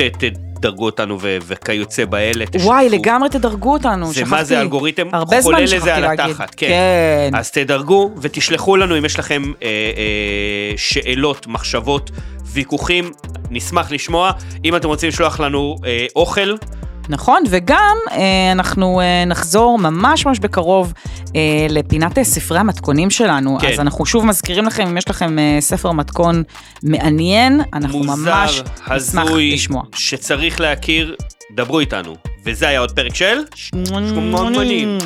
B: תדרגו אותנו ו, וכיוצא באלה. תשתפו.
C: וואי, לגמרי תדרגו אותנו,
B: זה
C: שכחתי.
B: מה זה אלגוריתם,
C: הרבה זמן
B: חולל
C: שכחתי
B: לזה על
C: להגיד.
B: התחת, כן.
C: כן.
B: אז תדרגו ותשלחו לנו אם יש לכם אה, אה, שאלות, מחשבות, ויכוחים, נשמח לשמוע. אם אתם רוצים לשלוח לנו אה, אוכל,
C: נכון, וגם אה, אנחנו אה, נחזור ממש ממש בקרוב אה, לפינת אה, ספרי המתכונים שלנו.
B: כן.
C: אז אנחנו שוב מזכירים לכם, אם יש לכם אה, ספר מתכון מעניין, אנחנו
B: מוזר,
C: ממש נשמח
B: הזוי,
C: לשמוע.
B: שצריך להכיר, דברו איתנו. וזה היה עוד פרק של... שמונים.